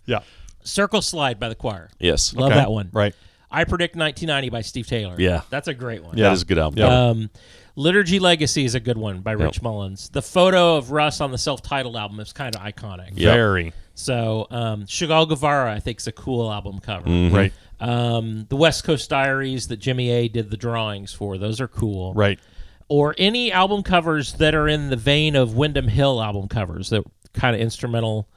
C: Yeah.
B: Circle Slide by the Choir,
D: Yes.
B: love
C: Okay.
B: that one.
C: Right.
B: I predict 1990 by Steve Taylor.
D: Yeah.
B: that's a great one.
C: Yeah.
D: That is a good album.
C: Yeah.
B: Um, Liturgy Legacy is a good one by Rich Mullins. The photo of Russ on the self-titled album is kind of iconic.
D: Yeah.
C: Very.
B: So um, Chagall Guevara, I think, is a cool album cover.
C: Right.
B: Um, the West Coast Diaries that Jimmy A did the drawings for; those are cool.
C: Right.
B: or any album covers that are in the vein of Wyndham Hill album covers, that kind of instrumental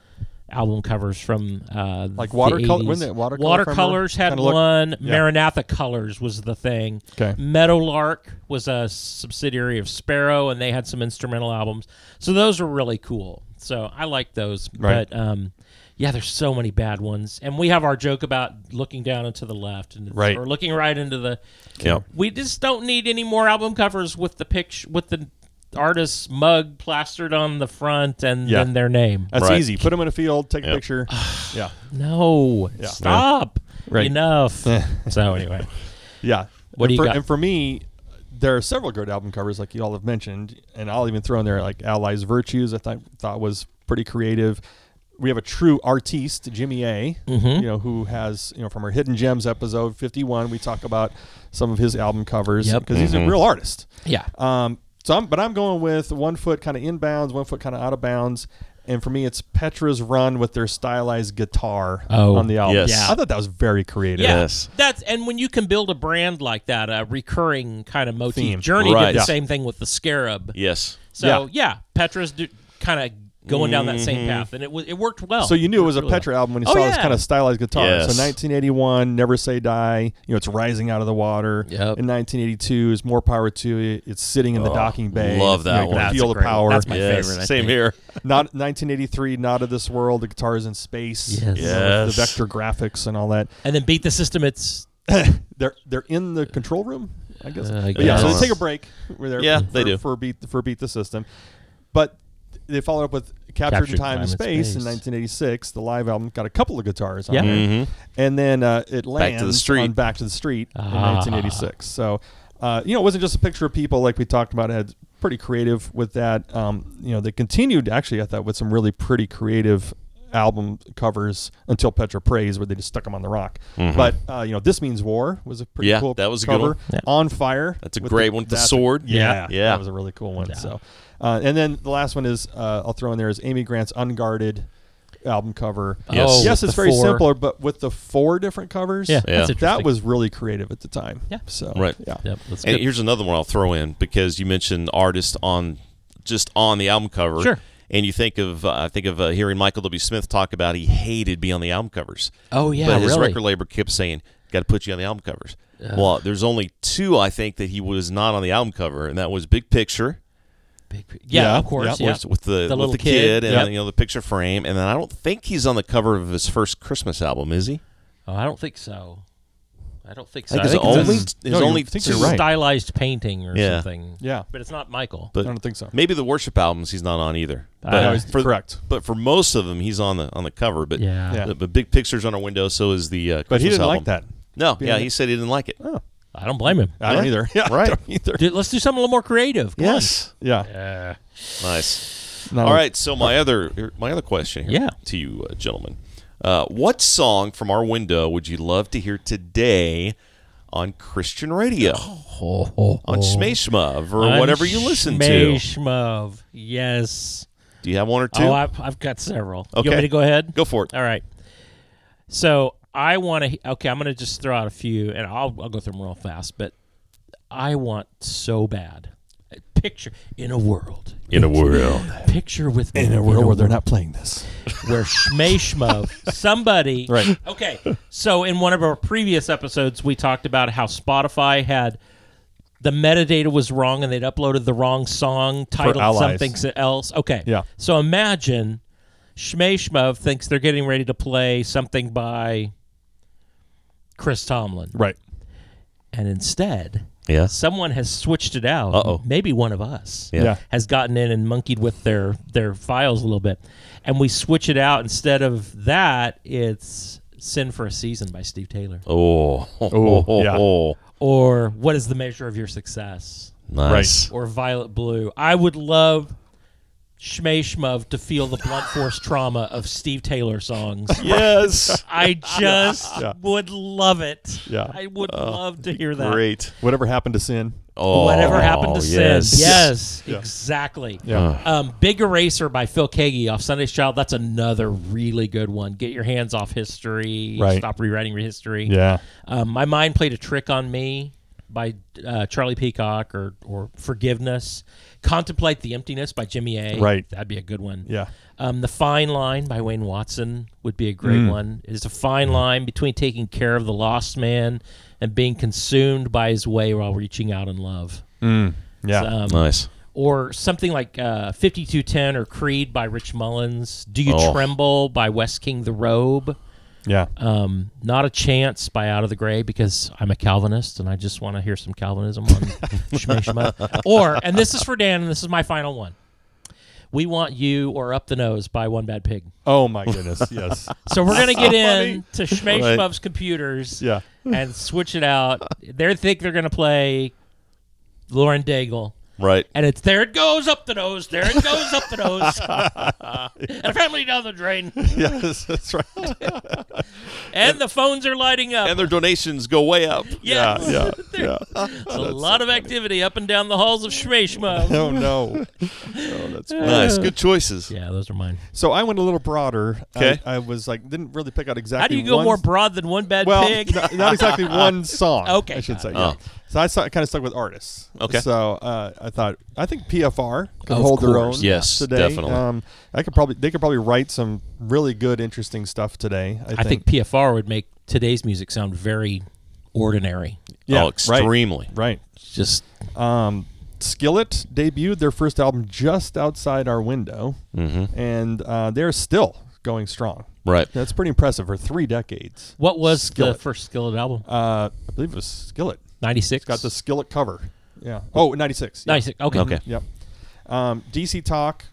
B: album covers from uh,
C: Like
B: the
C: watercolor-
B: 80s.
C: wasn't it watercolor
B: Watercolors
C: framework?
B: had
C: Kinda look-
B: one.
C: yeah.
B: Maranatha Colors was the thing.
C: Okay.
B: Meadowlark was a subsidiary of Sparrow, and they had some instrumental albums. So those were really cool. So I like those,
C: Right.
B: but um, yeah, there's so many bad ones, and we have our joke about looking down and to the left, and it's-
C: Right.
B: or looking right into the
D: Yeah.
B: we just don't need any more album covers with the picture with the artist's mug plastered on the front and
C: Yeah.
B: then their name.
C: That's
D: Right.
C: easy. Put them in a field. Take
D: Yeah.
C: a
B: *sighs*
C: picture. yeah.
B: No,
C: Yeah.
B: stop.
C: Right. *laughs*
B: Enough. so anyway,
C: Yeah. and
B: What do you
C: for,
B: got?
C: And for me, there are several good album covers, like you all have mentioned, and I'll even throw in there like Allies Virtues. I thought thought was pretty creative. We have a true artiste, Jimmy A,
B: Mm-hmm.
C: you know, who has you know from our Hidden Gems episode fifty one, we talk about some of his album covers because
B: Yep. Mm-hmm.
C: he's a real artist.
B: yeah.
C: Um, so I'm, but I'm going with one foot kind of inbounds, one foot kind of out of bounds. And for me, it's Petra's Run with their stylized guitar
B: Oh,
C: on the album.
D: yes. Yeah.
C: I thought that was very creative.
B: Yeah,
D: Yes.
B: that's and when you can build a brand like that, a recurring kind of motif.
C: Theme.
B: Journey
D: Right.
B: did the
D: Yeah.
B: same thing with the Scarab.
D: Yes.
B: So yeah, Petra's do, kind of going down that same path, and it was it worked well.
C: Mm-hmm. So you knew it was a
B: Worked really
C: Petra album when you
B: Oh,
C: saw this
B: yeah.
C: kind of stylized guitar. So
D: Yes.
C: 1981, Never Say Die. You know, it's rising out of the water.
B: Yep.
C: In 1982 is More Power to It. It's sitting in the docking bay.
D: love that
C: you know, you can
D: one. That's
C: Feel
B: a
C: the
B: great one.
C: power.
B: That's my
D: yes.
B: favorite, I
D: Same
B: think.
D: here.
C: Not 1983, Not of This World. The guitar is in space.
B: Yes.
C: You know, with
D: Yes.
C: The vector graphics and all that.
B: well. And then beat the system. It's
C: They're they're in the control room, I guess.
B: Uh, I
C: But yeah, so
D: guess.
C: they take a break. Where they're
D: Yeah,
C: for,
D: they do.
C: for beat for beat the system, but they follow up with Captured, in Time and Space, in 1986. The live album got a couple of guitars on
B: Yeah.
C: it, and then uh, it lands
D: Mm-hmm. to the Street.
C: on Back to the Street in
B: Ah.
C: 1986. So uh, you know, it wasn't just a picture of people like we talked about. It had pretty creative with that. Um, you know, they continued actually. I thought with some really pretty creative album covers until Petra Prays, where they just stuck them on the rock. But uh, you know, this means war was a pretty
D: Mm-hmm. Yeah,
C: cool.
D: that was a good
C: cover.
D: one.
B: Yeah.
C: On fire.
D: That's a
C: with
D: great one with the
C: that's a-
D: sword.
C: yeah,
D: Yeah.
C: that was a really cool one. So, uh, and then the last one is uh, I'll throw in there is Amy Grant's Unguarded album cover.
D: Yes. Oh,
C: yes,
B: with
C: it's
B: the
C: very
B: four.
C: simpler, but with the four different covers.
B: Yeah,
D: Yeah.
B: that's interesting.
C: that was really creative at the time.
B: Yeah.
C: so
D: Right.
C: Yeah,
B: Yep, that's
D: And
B: good.
D: here's another one I'll throw in because you mentioned artists on just on the album cover.
B: Sure.
D: And you think of uh, I think of uh, hearing Michael W. Smith talk about he hated being on the album covers.
B: Oh, yeah,
D: but his
B: really?
D: record label kept saying, "Got to put you on the album covers." Well, there's only two I think that he was not on the album cover, and that was Big Picture
B: Big- yeah,
C: Yeah,
B: of course.
C: yeah,
B: Yeah,
D: with, with the,
B: little
D: with the
B: kid.
D: kid, and
B: Yep.
D: you know the picture frame, and then I don't think he's on the cover of his first Christmas album, is he?
B: Oh, I don't think so. I don't think so.
D: I think it's
B: it's
D: only
B: a
D: his
C: No, you're-
D: only
C: I think
D: two
C: you're right.
B: stylized painting or
D: Yeah.
B: something.
C: yeah.
B: But it's not Michael.
D: But
C: I don't think so.
D: Maybe the worship albums he's not on either. But
B: Uh,
C: No, he's-
D: for-
C: correct.
D: but for most of them, he's on the on the cover. But
B: Yeah.
C: Yeah.
D: the, the big pictures on our window. So is the uh,
C: But he
D: Christmas
C: didn't
D: album.
C: like that.
D: No,
C: Being
D: yeah,
C: on
D: he
C: the-
D: said he didn't like it.
B: I don't blame him.
C: I don't
D: Yeah.
C: either. *laughs* Yeah,
D: Right.
C: I *laughs* don't either.
B: Dude, let's do something a little more creative. Come on. Uh,
C: Yeah.
B: Yeah.
D: *laughs* nice.
C: No.
D: All right, so my other my other question, here
B: Yeah.
D: to you uh, gentlemen, uh, what song from our window would you love to hear today on Christian radio,
C: Oh.
D: on Shmeshmuv or whatever you listen to?
B: Shmeshmov. Yes.
D: Do you have one or two?
B: Oh, I've, I've got several. You
D: Okay.
B: want me to go ahead?
D: Go for it.
B: All right. So I want to. Okay, I'm going to just throw out a few, and I'll I'll go through them real fast. But I want so bad. Picture in a world.
D: In a world,
B: Picture with me in a
C: World where they're not playing this.
B: where Shmeshmo, somebody.
C: Right.
B: Okay. So in one of our previous episodes, we talked about how Spotify had the metadata was wrong and they'd uploaded the wrong song, titled
C: allies.
B: something else. Okay.
C: Yeah.
B: So imagine Shmeshmo thinks they're getting ready to play something by Chris Tomlin,
C: Right.
B: and instead.
D: Yeah.
B: Someone has switched it out.
D: Uh-oh.
B: Maybe one of us
D: Yeah.
C: Yeah.
B: has gotten in and monkeyed with their their files a little bit, and we switch it out instead of that. It's "Sin for a Season" by Steve Taylor,
D: Oh,
C: Oh, yeah.
B: or "What Is the Measure of Your Success,"
D: *laughs* nice.
B: or "Violet Blue." I would love Shmei Shmov to feel the
C: *laughs*
B: blunt force trauma of Steve Taylor songs.
D: Yes,
B: I just
C: Yeah.
B: would love it.
C: Yeah.
B: I would love to hear *laughs* that.
D: great.
C: Whatever happened to sin.
D: Oh,
B: Whatever happened to
D: yes.
B: sin? Yes, exactly.
D: Uh.
C: Yeah.
B: Um, Big Eraser by Phil Kagi off Sunday's Child. That's another really good one. Get your hands off history.
C: Right.
B: Stop rewriting your history.
C: Yeah.
B: Um, My Mind Played a Trick on Me by uh, Charlie Peacock or, or Forgiveness. Contemplate the Emptiness by Jimmy A.
C: Right.
B: That'd be a good one.
C: Yeah.
B: Um, the Fine Line by Wayne Watson would be a great
C: Mm.
B: one. It's a fine line between taking care of the lost man and being consumed by his way while reaching out in love.
C: Yeah.
B: Um,
D: Nice.
B: or something like uh, 5210 or Creed by Rich Mullins, Do You
D: Oh.
B: Tremble by West King the Robe,
C: yeah.
B: um, Not a Chance by Out of the Gray because I'm a Calvinist and I just want to hear some Calvinism on Shmei Shmo. Or, and this is for Dan, and this is my final one. We Want You or Up the Nose by One Bad Pig.
C: Oh my
B: *laughs*
C: goodness. Yes.
B: So we're going to get in to Shmei
D: Right.
B: Shmov's computers
C: Yeah.
B: and switch it out. They think they're going to play Lauren Daigle.
D: Right.
B: And it's there it goes up the nose, there it goes up the nose,
C: *laughs*
B: and apparently down the drain.
C: yes. That's right.
B: *laughs* And the phones are lighting up.
D: And their donations go way up.
B: yes.
C: Yeah.
B: *laughs*
C: Yeah.
B: It's a lot of activity up and down the halls of Shmeshmo.
C: Oh *laughs* no. Oh, that's funny.
D: Nice. Good choices. Oh,
B: yeah, those are mine.
C: So I went a little broader. I-
D: Okay.
C: I, was like, didn't really pick out exactly.
B: How do you go
C: one-
B: more broad than one bad
C: Well,
B: pig? *laughs*
C: not, not exactly one song.
B: Okay,
C: I should
B: got
C: say.
B: it.
C: Yeah.
D: Oh.
C: So I, kind of stuck with artists.
D: Okay.
C: So uh, I thought I think PFR can
B: Of
C: hold their own.
B: course.
D: Yes,
C: Today.
D: definitely.
C: Um, I could probably they could probably write some really good, interesting stuff today. I,
B: I think PFR would make today's music sound very ordinary.
C: Yeah.
D: oh, extremely.
C: Right.
B: Just
C: right. Um, Skillet debuted their first album just outside our window, and uh, they're still going strong.
D: Mm-hmm. Right.
C: That's pretty impressive for three decades.
B: what was the
C: Skillet.
B: first Skillet album?
C: Uh, I believe it was Skillet.
B: Ninety six.
C: Got the Skillet cover. Yeah. Oh, 96. yeah.
B: ninety six. Okay.
D: Okay.
C: Yep. Um, DC Talk.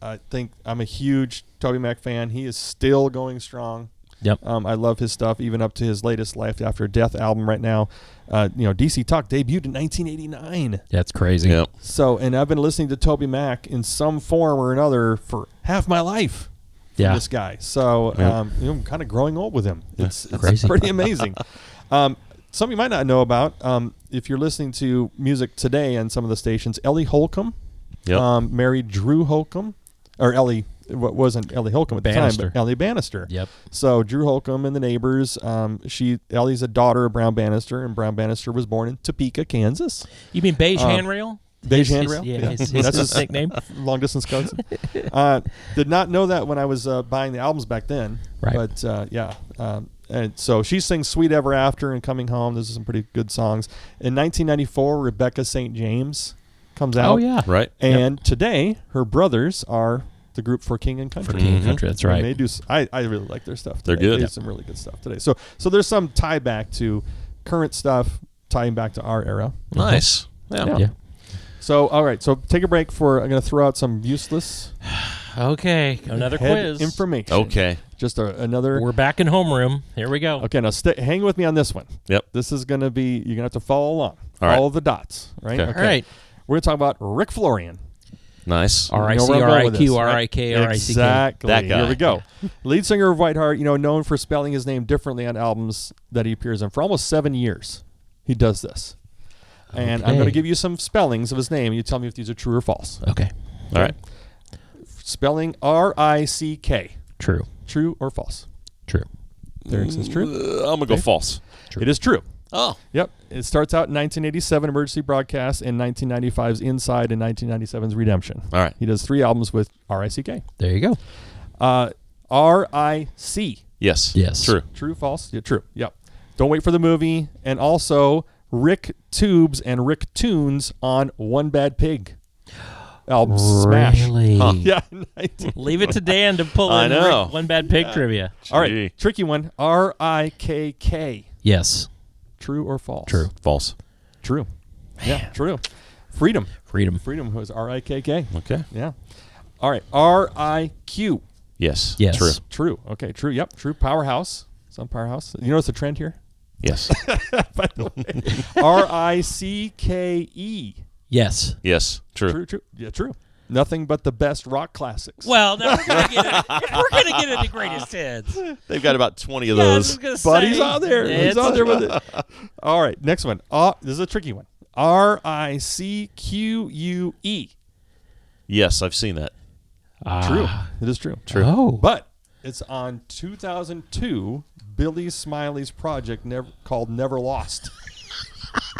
C: I think I'm a huge Toby Mac fan. He is still going strong.
B: Yep.
C: Um, I love his stuff, even up to his latest Life After Death album right now. Uh, you know, DC Talk debuted in 1989.
B: That's crazy.
D: Yep.
C: So, and I've been listening to Toby Mac in some form or another for half my life. from
B: Yeah.
C: this guy. So
D: Yeah.
C: um, you know, I'm kind of growing old with him. It's, it's
B: Crazy.
C: pretty
B: *laughs*
C: amazing. um, something you might not know about um, if you're listening to music today on some of the stations. Ellie Holcomb
D: Yep.
C: um, married Drew Holcomb, or Ellie. What wasn't Ellie Holcomb at the
B: Bannister.
C: time, but Ellie Bannister.
B: Yep.
C: So Drew Holcomb and the neighbors. Um, she Ellie's a daughter of Brown Bannister, and Brown Bannister was born in Topeka, Kansas.
B: You mean beige
C: Um,
B: handrail?
C: beige
B: His- his-
C: handrail?
B: Yeah,
C: Yeah.
B: his,
C: *laughs*
B: his,
C: That's
B: his
C: his-
B: nickname.
C: long distance
B: *laughs*
C: cousin. uh, did not know that when I was uh, buying the albums back then.
B: Right.
C: But uh, yeah. Um, and so she sings Sweet Ever After and Coming Home. Those are some pretty good songs. In 1994, Rebecca St. James comes out.
B: Oh yeah,
D: right.
C: And today, her brothers are the group for King and Country.
B: For King and Country, that's
C: And
B: right.
C: They do. s- I, I really like their stuff.
D: They're
C: today.
D: good.
C: They do some really good stuff today. So so there's some tie back to current stuff, tying back to our era.
D: Nice. Yeah.
C: Yeah.
B: yeah.
C: So all right. So take a break for. I'm going to throw out some useless
B: Okay, another
C: head
B: quiz.
C: information.
D: Okay.
C: Just a, another.
B: We're back in homeroom. Here we go.
C: okay, now stay, hang with me on this one.
D: Yep.
C: This is going to be, you're going to have to follow along.
D: All right.
C: All the dots, right?
D: Okay.
B: All right.
C: We're going to talk about Rick Florian.
D: Nice.
B: R I
C: You know
B: C
C: where I'm
B: R
C: going
B: I
C: with this,
B: Q
C: right?
B: R I K R I C K.
C: Exactly.
D: That guy.
C: Here we
D: *laughs*
C: go. Lead singer of Whiteheart, you know, known for spelling his name differently on albums that he appears in. For almost seven years, he does this. And I'm going
B: Okay.
C: to give you some spellings of his name, and you tell me if these are true or false.
B: Okay.
D: All right.
C: Spelling R I C K.
B: True.
C: True or false?
B: True.
C: There it says true.
D: Uh, I'm gonna go false.
C: It is true.
D: Oh.
C: Yep. It starts out in 1987 Emergency Broadcast and 1995's Inside and 1997's Redemption.
D: All right.
C: He does three albums with R.I.C.K.
B: There you go.
C: Uh, R.I.C.
D: Yes.
B: Yes.
D: True.
C: True, false? Yeah, true. Yep. Don't wait for the movie. And also Rick Tubes and Rick Tunes on One Bad Pig. Album Smash.
B: Really?
C: *laughs* Yeah. 19
B: Leave it to Dan to pull
D: I
B: in
D: know.
B: one bad pig trivia.
C: All
D: Gee.
C: right. Tricky one. R.I.K.K.
B: Yes.
C: True or false?
B: True.
D: False.
C: True. Yeah, true. Freedom.
B: Freedom.
C: Freedom was R.I.K.K.
D: Okay.
C: Yeah. All right. R I Q.
D: Yes.
B: Yes.
D: True.
C: True. Okay. True. Yep. True. Powerhouse. Some powerhouse. You notice the trend
D: *laughs*
C: here.
D: Yes.
C: R I C K E.
B: Yes.
D: yes. True.
C: True. True. Yeah. True. Nothing but the best rock classics.
B: Well, now we're gonna get it. We're gonna get it the greatest hits. Yeah,
D: They've got about 20 of
B: I was
D: those.
B: just gonna
C: But he's
B: say,
C: on there. He's
B: it's-
C: on there with it. All right. Next one. Uh, this is a tricky one. R I C Q U E.
D: Yes, I've seen that.
C: True. It is true.
D: Ah. True.
B: Oh.
C: But it's on 2002 Billy Smiley's project never, called Never Lost.
D: Wow.
C: *laughs*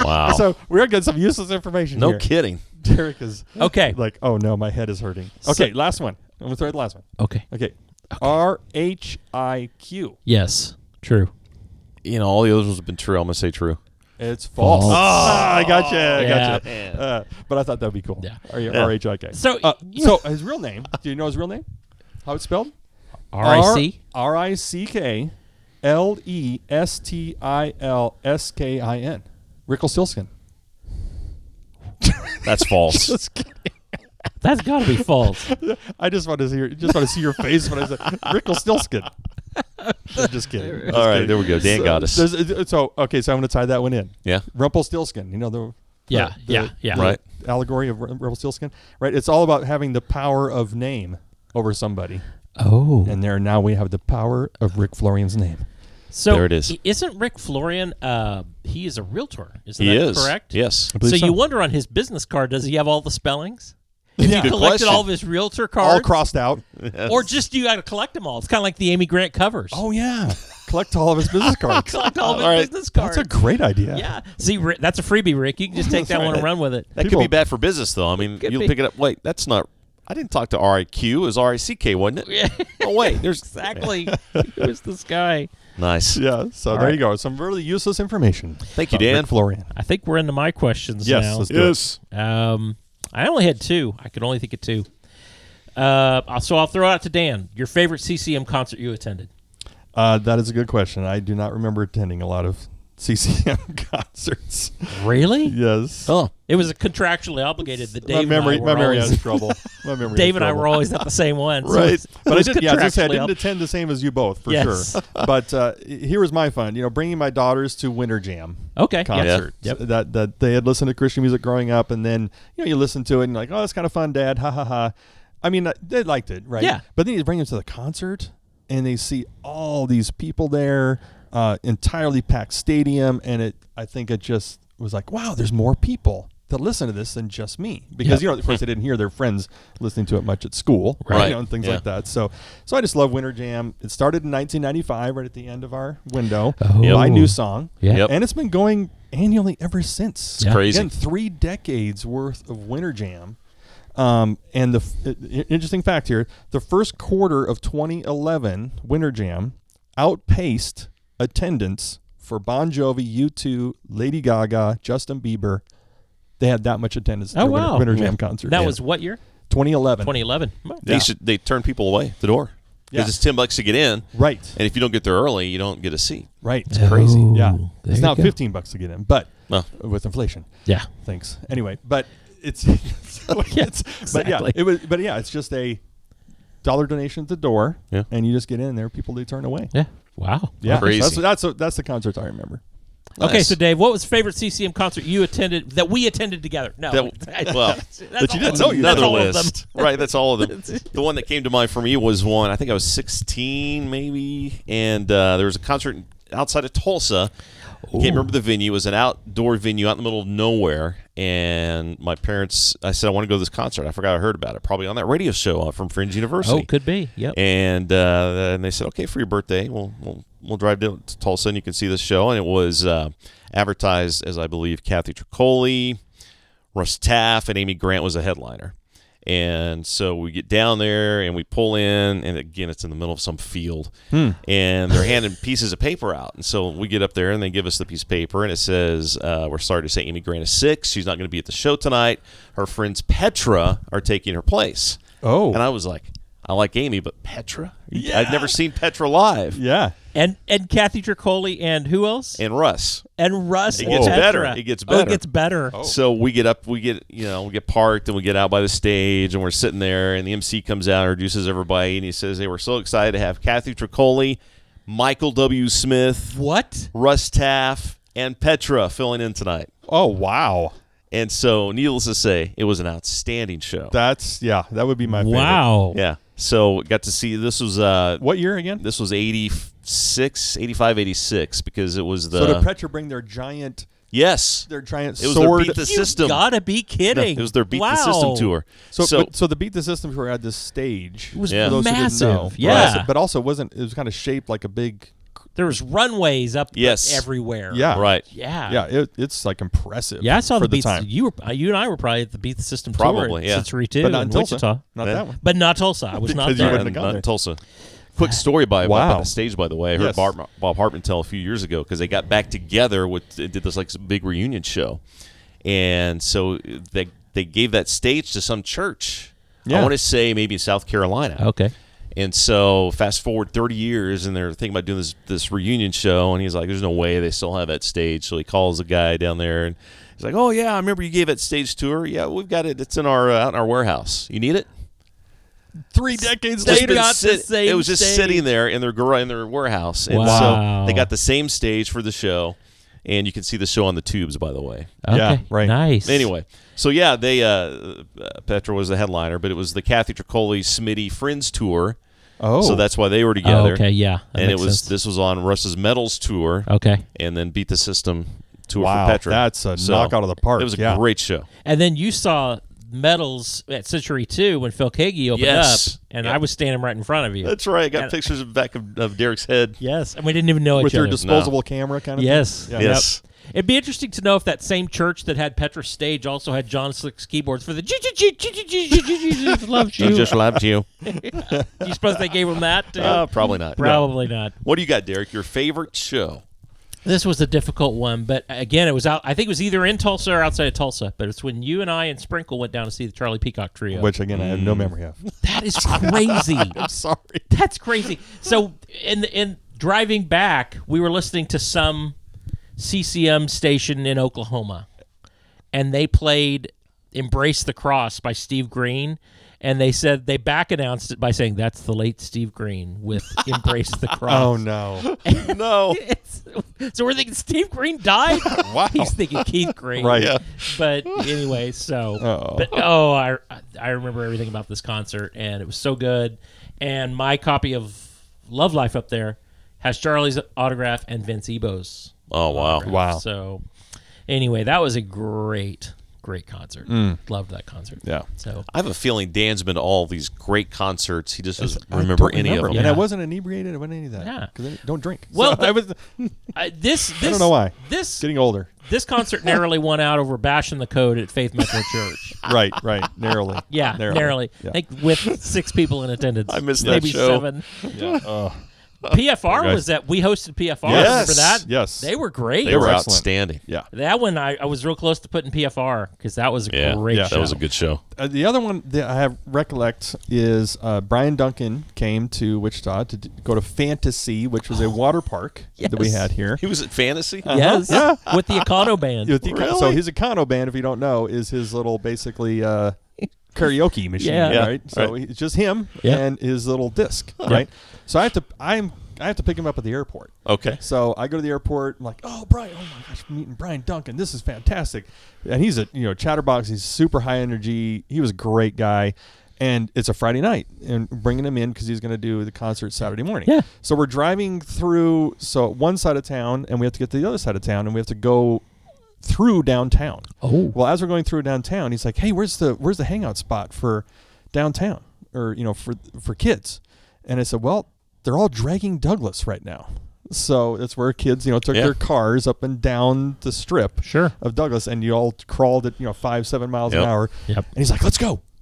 B: Oh.
C: So we're getting some useless information
D: no
C: here.
D: kidding.
C: *laughs* Derek is
B: Okay.
C: like, oh no, my head is hurting. Okay, last one. I'm gonna throw out the last one.
B: Okay.
C: Okay, R H I Q.
B: Yes. True.
D: You know, all the others have been true. I'm going to say true.
C: It's false.
B: False.
C: Ah, I got gotcha, you. I got
D: Yeah.
C: gotcha. you. Uh, but I thought that'd be cool.
B: Yeah.
C: R H I K.
B: So-
C: uh, so his real name. Do you know his real name? How it's spelled?
B: R I C.
C: R I C K L E S T I L S K I N. Rickelsilskin.
D: That's
C: *laughs*
D: false.
B: That's gotta be
D: *laughs*
B: false.
C: I just want to see your just want to see your face when I said Rickelsilskin. I'm just kidding.
D: all right. There we go. Dan got us.
C: There's- uh, So okay, so I'm going to tie that one in.
D: Yeah.
C: Rumpelstiltskin. You know the the-
B: Yeah,
C: the-
B: yeah, yeah.
C: the
D: Right.
C: Allegory of Rum- Rumpelstiltskin. Right. It's all about having the power of name over somebody,
B: Oh.
C: and there now we have the power of Rick Florian's name.
B: So
D: There it is.
B: i- Isn't Rick Florian? Uh, he is a realtor. Isn't
D: He
B: that
D: is.
B: correct?
D: Yes.
C: believe
B: So,
C: so.
B: you wonder on his business card, does he have all the spellings?
D: Good
B: Collected
D: question.
B: all of his realtor cards,
C: All crossed out.
D: *laughs*
B: or just you got to collect them all? It's kind of like the Amy Grant covers.
C: Oh yeah. Collect all of his business cards.
B: *laughs* collect all of his
D: All right.
B: business cards.
C: That's a great idea.
B: *laughs* yeah. See, Ri- that's a freebie, Rick. You can just take that one and run with
D: *laughs*
B: it. *laughs*
D: that
C: people-
D: could be bad for business, though. I mean,
B: could
D: you'll
B: be.
D: pick it up. Wait, that's not. I didn't talk to RIQ. It was RICK, wasn't it? Oh, wait. There's.
C: *laughs*
B: exactly. Who's this guy?
D: Nice.
C: Yeah. So there you go. Some really useless information.
D: Thank you,
C: about Rick
D: Dan.
C: Florian.
B: I think we're into my questions
C: Yes,
B: now.
C: let's do it.
B: Um, I only had two. I could only think of two. Uh, I'll- so I'll throw it out to Dan. Your favorite CCM concert you attended?
C: Uh, that is a good question. I do not remember attending a lot of CCM *laughs* concerts.
B: Really?
C: Yes.
D: Oh.
B: It was contractually obligated that Dave
C: my memory,
B: and I
C: my
B: were
C: memory
B: always,
C: has trouble. My memory.
B: *laughs* Dave
C: has
B: and I were
C: trouble.
B: always at the same one. so
D: Right.
B: it's-
C: But I
B: it's
C: did, yeah, as I said, I
B: contractually
C: didn't
B: ob-
C: attend the same as you both for
B: *laughs* Yes.
C: sure. But uh, here was my fun. You know, bringing my daughters to Winter Jam
B: Okay. Yeah.
C: concert.
B: Yep.
C: That that they had listened to Christian music growing up, and then you know you listen to it and you're like, oh, that's kind of fun, Dad. Ha ha ha. I mean, uh, they liked it, right?
B: Yeah.
C: But then you bring them to the concert, and they see all these people there, uh, entirely packed stadium, and it. I think it just was like, wow, there's more people that listen to this than just me, because you know, of course, they didn't hear their friends listening to it much at school,
D: Right.
C: You know, and things
D: Yeah.
C: like that. So, so I just love Winter Jam. It started in 1995, right at the end of our window.
B: Yep.
C: My new song.
B: Oh. Yeah.
D: Yep.
C: And it's been going annually ever since.
B: Yeah.
D: crazy.
C: Again, three decades worth of Winter Jam. Um, and the f- i- i- interesting fact here: the first quarter of 2011 Winter Jam outpaced attendance for Bon Jovi, U2, Lady Gaga, Justin Bieber. They had that much attendance. At
B: Oh,
C: their Winter-
B: wow.
C: Winter, Jam concert.
B: That
C: Yeah.
B: was what year?
C: 2011.
B: 2011.
D: They
C: Yeah.
D: should they turn people away at the door because
C: Yeah.
D: it's ten bucks to get in,
C: Right.
D: and if you don't get there early, you don't get a seat.
C: Right.
B: It's crazy. Oh,
C: yeah.
B: there
C: It's
B: you
C: now
B: go.
C: 15 bucks to get in, but
D: Well,
C: with inflation.
B: Yeah.
C: Thanks. Anyway, but it's, *laughs* so
B: *laughs* Yeah,
C: it's but yeah,
B: exactly.
C: it was but yeah, it's just a dollar donation at the door,
D: Yeah.
C: and you just get in there. People do turn away.
B: Yeah. Wow.
C: Yeah, so
D: Crazy.
C: that's that's, that's the concert I remember.
B: Okay,
D: nice.
B: so Dave, what was favorite CCM concert you attended that we attended together? No,
D: That-
B: *laughs*
D: well,
B: that's
C: you
B: all-
C: didn't know you
B: that's
D: another
B: all of them.
D: list, *laughs* right? That's all
B: *laughs*
D: of them. the one that came to mind for me was one. I think I was 16, maybe, and uh, there was a concert outside of Tulsa. Can't remember the venue. It was an outdoor venue out in the middle of nowhere. And my parents, I said, I want to go to this concert. I forgot I heard about it. Probably on that radio show uh, from Fringe University.
B: Oh, could be. Yep.
D: And uh, and they said, okay, for your birthday, we'll we'll, we'll drive down to Tulsa and you can see this show. And it was uh, advertised as I believe Kathy Tricoli, Russ Taff, and Amy Grant was a headliner. And so we get down there and we pull in, and again, it's in the middle of some field, and they're handing pieces of paper out. And so we get up there, and they give us the piece of paper, and it says, uh, "We're sorry to say Amy Grant is sick. She's not going to be at the show tonight. Her friends Petra are taking her place."
C: Oh.
D: and I was like, "I like Amy, but Petra? I've never seen Petra live."
C: Yeah,
B: and and Kathy Tricoli and who else?
D: And Russ,
B: And Russ.
D: It
B: and
D: gets
B: Petra.
D: better. It gets
B: Oh, it
D: better.
B: gets better.
D: So we get up, we get you know, we get parked, and we get out by the stage, and we're sitting there, and the MC comes out, introduces everybody, and he says they were so excited to have Kathy Tricoli, Michael W. Smith,
B: What?
D: Russ Taff, and Petra filling in tonight.
C: Oh wow,
D: And so, needless to say, it was an outstanding show.
C: that's yeah, that would be my favorite.
B: Wow.
D: yeah. So got to see this was uh
C: What year again?
D: this was 86, 85, 86 because it was the
C: so did Preacher bring their giant
D: yes
C: their giant
D: it was their
C: sword?
D: beat the
B: You
D: system
B: gotta be kidding.
D: *laughs* it was their beat
B: wow.
D: the system tour.
C: so,
D: so
C: but- so the beat the system tour had this stage. It
B: was
D: Yeah.
B: massive,
C: Right.
B: yeah.
C: but also wasn't it was kind of shaped like a big
B: There was runways up
D: Yes.
B: everywhere.
C: yeah
D: right.
B: Yeah.
C: yeah it, it's like impressive.
B: Ah. Yeah, I saw
C: for
B: the beats.
C: time,
B: You were, uh, you and I were probably at the Beat the System tour
D: Probably,
B: in
D: yeah.
B: Century Two
C: but not in
B: in
C: Tulsa.
B: Wichita.
C: Not
D: Yeah.
C: that one.
B: But not Tulsa. I was not
C: Because you
B: there.
C: wouldn't have
D: Not
C: gone
D: in
C: there.
D: Tulsa. Quick story by
C: Wow.
D: about the stage, by the way. I heard
C: Yes.
D: Bob, Bob Hartman tell a few years ago because they got back together with they did this like big reunion show, and so they they gave that stage to some church. I
C: Yeah.
D: want to say maybe in South Carolina.
B: Okay.
D: And so fast forward 30 years, and they're thinking about doing this this reunion show, and he's like, "There's no way they still have that stage." So he calls the guy down there, and he's like, "Oh yeah, I remember you gave that stage tour. Yeah, we've got it. It's in our uh, out in our warehouse. You need it."
C: Three
B: *laughs*
C: decades
D: Just
B: They
D: been
B: got the same
D: It was just
B: stage.
D: sitting there in their gar- in their warehouse, and
B: Wow.
D: so they got the same stage for the show, and you can see the show on the tubes, by the way.
B: Okay.
C: Yeah, right.
B: Nice.
D: Anyway, so yeah, they uh, uh, Petra was the headliner, but it was the Kathy Tricoli Smitty Friends tour.
C: Oh,
D: So that's why they were together.
B: Oh, okay. Yeah. that
D: and it
B: makes
D: was
B: sense. Oh.
D: this was on Russ's Metals tour,
B: okay.
D: and then Beat the System tour
C: Wow,
D: for Petra.
C: that's a knockout of the park,
D: It was a
C: yeah.
D: great show.
B: And then you saw medals at Century Two when Phil Kagi opened
D: Yes.
B: up, and
D: Yep.
B: I was standing right in front of you.
D: That's right. I got pictures of back of, of Derek's head.
B: yes, and we didn't even know
C: with
B: each
C: your
B: other.
C: disposable camera kind of.
B: yes.
C: Yeah.
B: Yep.
D: Yes.
B: It'd be interesting to know if that same church that had Petra's stage also had John Slick's keyboards for the Jesus
D: *laughs*
B: loves
D: I
B: you.
D: just
B: *laughs*
D: laughed you.
B: Do you suppose they gave him that? too?
D: *laughs* Uh, probably not.
B: Probably not.
D: What do you got, Derek? Your favorite show?
B: This was a difficult one, but again, it was out. I think it was either in Tulsa or outside of Tulsa. But it's when you and I and Sprinkle went down to see the Charlie Peacock Trio.
C: Which again, I have
B: Mm.
C: no memory of.
B: *laughs* that is
C: *laughs*
B: crazy.
C: Sorry.
B: That's crazy. So in in driving back, we were listening to some CCM station in Oklahoma, and they played "Embrace the Cross" by Steve Green, and they said they back announced it by saying that's the late Steve
C: *laughs*
B: Green with "Embrace the Cross."
C: Oh no.
D: *laughs* no.
B: It's- so we're thinking Steve Green
C: *laughs*
B: died. He's thinking Keith Green,
C: Right. Yeah.
B: But anyway, so
C: Uh-oh.
B: but oh, I, I remember everything about this concert, and it was so good. And my copy of Love Life up there has Charlie's autograph and Vince Ebo's.
D: Oh wow.
B: autograph.
C: Wow.
B: So, anyway, that was a great, great concert. Loved that concert.
C: Mm. Yeah.
B: So
D: I have a feeling Dan's been to all these great concerts. He just doesn't
C: I
D: remember
C: don't
D: any of them.
C: And I
B: Yeah.
C: wasn't inebriated. I wasn't any of that.
B: Yeah.
C: Because I don't drink.
B: Well,
C: *laughs* So
B: the-
C: I was
B: I, this, this,
C: I don't know why.
B: This
C: getting older.
B: this concert narrowly won out over bashing the code at Faith Metro Church.
C: Right, right. Narrowly.
B: *laughs* Yeah, narrowly.
C: Yeah.
B: Like with six people in attendance.
D: *laughs* I missed that
B: maybe
D: show. *laughs*
B: seven.
C: Yeah. Oh,
B: PFR
C: Okay.
B: was that we hosted PFR. Remember
D: Yes.
B: that?
C: Yes.
B: They were great.
D: They were
C: Excellent.
D: outstanding.
C: yeah.
B: That one I, I was real close to putting PFR because that was a
D: Yeah,
B: great
C: Yeah,
B: show.
D: that was a good show.
C: Uh, the other one that I have recollect is uh, Brian Duncan came to Wichita to d- go to Fantasy, which was a water park that we
B: Yes.
C: had here.
D: He was at Fantasy.
B: Yes,
D: Uh-huh.
B: with the Econo band.
C: You think- So
D: Really?
C: his Econo band, if you don't know, is his little basically
B: *laughs*
C: uh, karaoke machine,
B: Yeah. Yeah,
C: right? So
D: right.
C: it's just him
B: Yeah.
C: and his little disc, right? So I have to, I'm, I have to pick him up at the airport.
D: Okay.
C: So I go to the airport. I'm like, oh, Brian, oh my gosh, I'm meeting Brian Duncan. This is fantastic. And he's a you know chatterbox. He's super high energy. He was a great guy. And it's a Friday night, and bringing him in because he's going to do the concert Saturday morning.
B: Yeah.
C: So we're driving through so one side of town, and we have to get to the other side of town, and we have to go through downtown.
B: Oh.
C: Well, as we're going through downtown, he's like, "Hey, where's the where's the hangout spot for downtown or you know for for kids?" And I said, "Well, they're all dragging Douglas right now." So that's where kids, you know, took
D: Yeah.
C: their cars up and down the strip
B: Sure.
C: of Douglas, and you all crawled at you know five seven miles
D: Yep.
C: an hour.
B: Yep.
C: And he's like, "Let's go."
B: *laughs*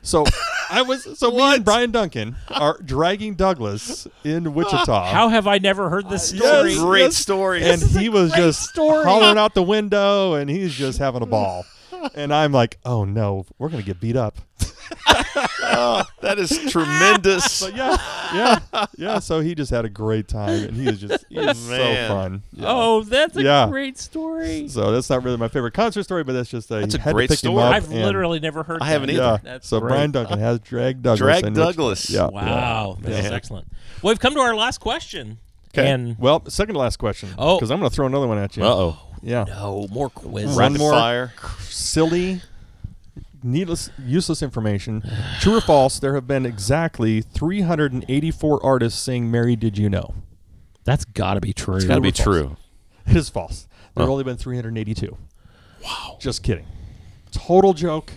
C: So I was so me and Brian Duncan are dragging Douglas
B: *laughs*
C: in Wichita.
B: How have I never heard this story?
C: Yes,
D: Great
C: yes.
D: story.
C: And
B: is
C: he
B: a
C: was
B: great
C: just
B: story.
C: hollering out the window, and he's just having a ball. And I'm like, oh no, we're gonna get beat
B: *laughs*
C: up.
D: that is tremendous.
C: But yeah, yeah, yeah. So he just had a great time, and he was just he was so
D: Man.
C: fun.
B: Oh, that's a
C: Yeah.
B: great story.
C: So that's not really my favorite concert story, but that's just a,
D: That's
C: you
D: a
C: had to
D: great
C: pick him
D: story.
C: up
B: I've
C: and-
B: literally never heard.
D: I
B: that.
D: haven't either.
C: yeah.
B: That's
C: so
B: great.
C: Brian Duncan has dragged Douglas.
D: Drag
C: in which-
D: Douglas.
C: yeah.
B: Wow, that's
D: Man.
B: excellent. Well, we've come to our last question.
D: Okay.
B: And
C: Well, second to last question.
B: Oh.
C: because I'm gonna throw another one at you.
D: Uh oh.
C: Yeah.
B: no more quizzes.
C: One
D: Rapid
C: more.
D: fire.
C: silly, needless, useless information. True or false? There have been exactly 384 artists sing "Mary, Did You Know."
B: That's got to be true.
D: It's got to be true.
C: It is false. There have
D: Oh.
C: only been 382. Wow. Just kidding. Total joke.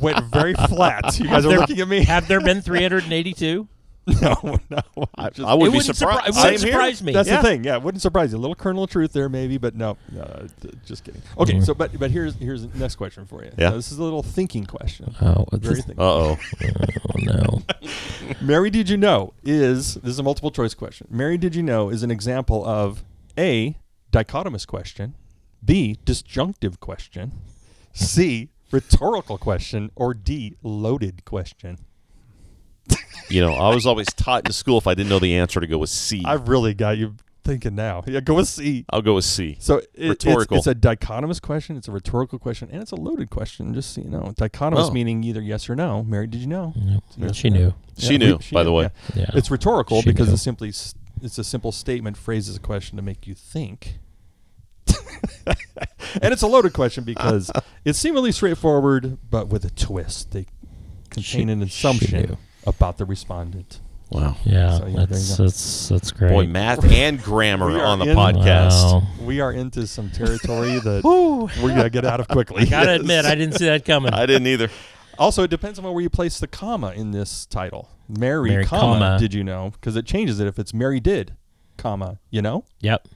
C: Went
D: *laughs*
C: very flat. You guys are looking at me. *laughs*
B: Have there been 382?
C: no, no. I'm just-
D: I would
B: it
D: be
B: wouldn't, surpri-
D: surprised.
B: it wouldn't
D: Same here.
B: surprise me.
C: That's
D: Yeah.
C: the thing. Yeah, it wouldn't surprise you. A little kernel of truth there, maybe, but no. Uh, th- just kidding. Okay, so but but here's here's the next question for you.
D: Mm-hmm. Yeah. Uh-huh.
C: Now, this is a little thinking question.
B: Oh,
C: Very *laughs* thinking.
D: Uh oh.
C: *laughs*
B: no.
C: Mary Did You Know is, this is a multiple choice question. Mary Did You Know is an example of A, dichotomous question, B, disjunctive question, C, rhetorical question, or D, loaded question.
D: You know, I was always taught in school if I didn't know the answer to go with C.
C: I really got you thinking now. Yeah, go with C.
D: I'll go with C.
C: So it- it's-
D: Rhetorical.
C: It's, a dichotomous question, it's a rhetorical question, and it's a loaded question, just so you know. Dichotomous
D: Oh.
C: meaning either yes or no. Mary Did You Know? Yes
B: She
C: or no.
B: knew.
D: She
C: Yeah,
D: knew,
C: we-
D: by the
C: knew,
D: way.
C: yeah.
B: Yeah.
C: It's rhetorical
B: She
C: because
B: knew.
C: it's simply s- it's a simple statement phrases a question to make you think. *laughs* and it's a loaded question
B: *laughs*
C: because it's seemingly straightforward, but with a twist. They contain
B: She-
C: an
B: she
C: assumption
B: knew.
C: about the respondent.
D: Wow.
B: Yeah,
C: So, yeah, there you
B: that's,
C: go.
B: that's that's great.
D: Boy, math and grammar
C: We are
D: on the
C: in-
D: podcast.
B: Wow.
C: We are into some
B: *laughs*
C: territory that
B: Woo.
C: we're gonna get out of quickly.
B: Gotta admit, *laughs* I didn't see
C: *laughs*
B: that coming.
D: I didn't either.
C: Also, it depends on where you place the comma in this title. Mary,
B: Mary,
C: comma,
B: comma.
C: did you know? Because it changes it if it's Mary did, comma, you know.
B: yep.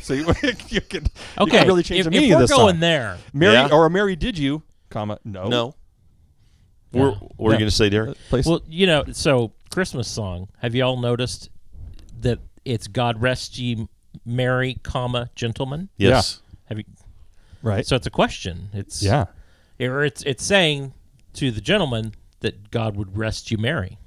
C: So you, *laughs* you can you
B: Okay.
C: can really change
B: if,
C: the
B: if
C: meaning
B: we're
C: of this
B: going
C: song.
B: there,
C: Mary
D: Yeah.
C: or Mary did you, comma, no.
D: No. We're, what are you
C: Oh. Yeah.
D: going to say,
C: Uh,
D: Derek?
C: Place
B: well, you know, so Christmas song. Have you all noticed that it's God rest ye merry, comma gentlemen?
D: Yes.
B: Have you?
C: right.
B: So it's a question. It's
C: yeah.
B: or it's it's saying to the gentleman that God would rest you merry,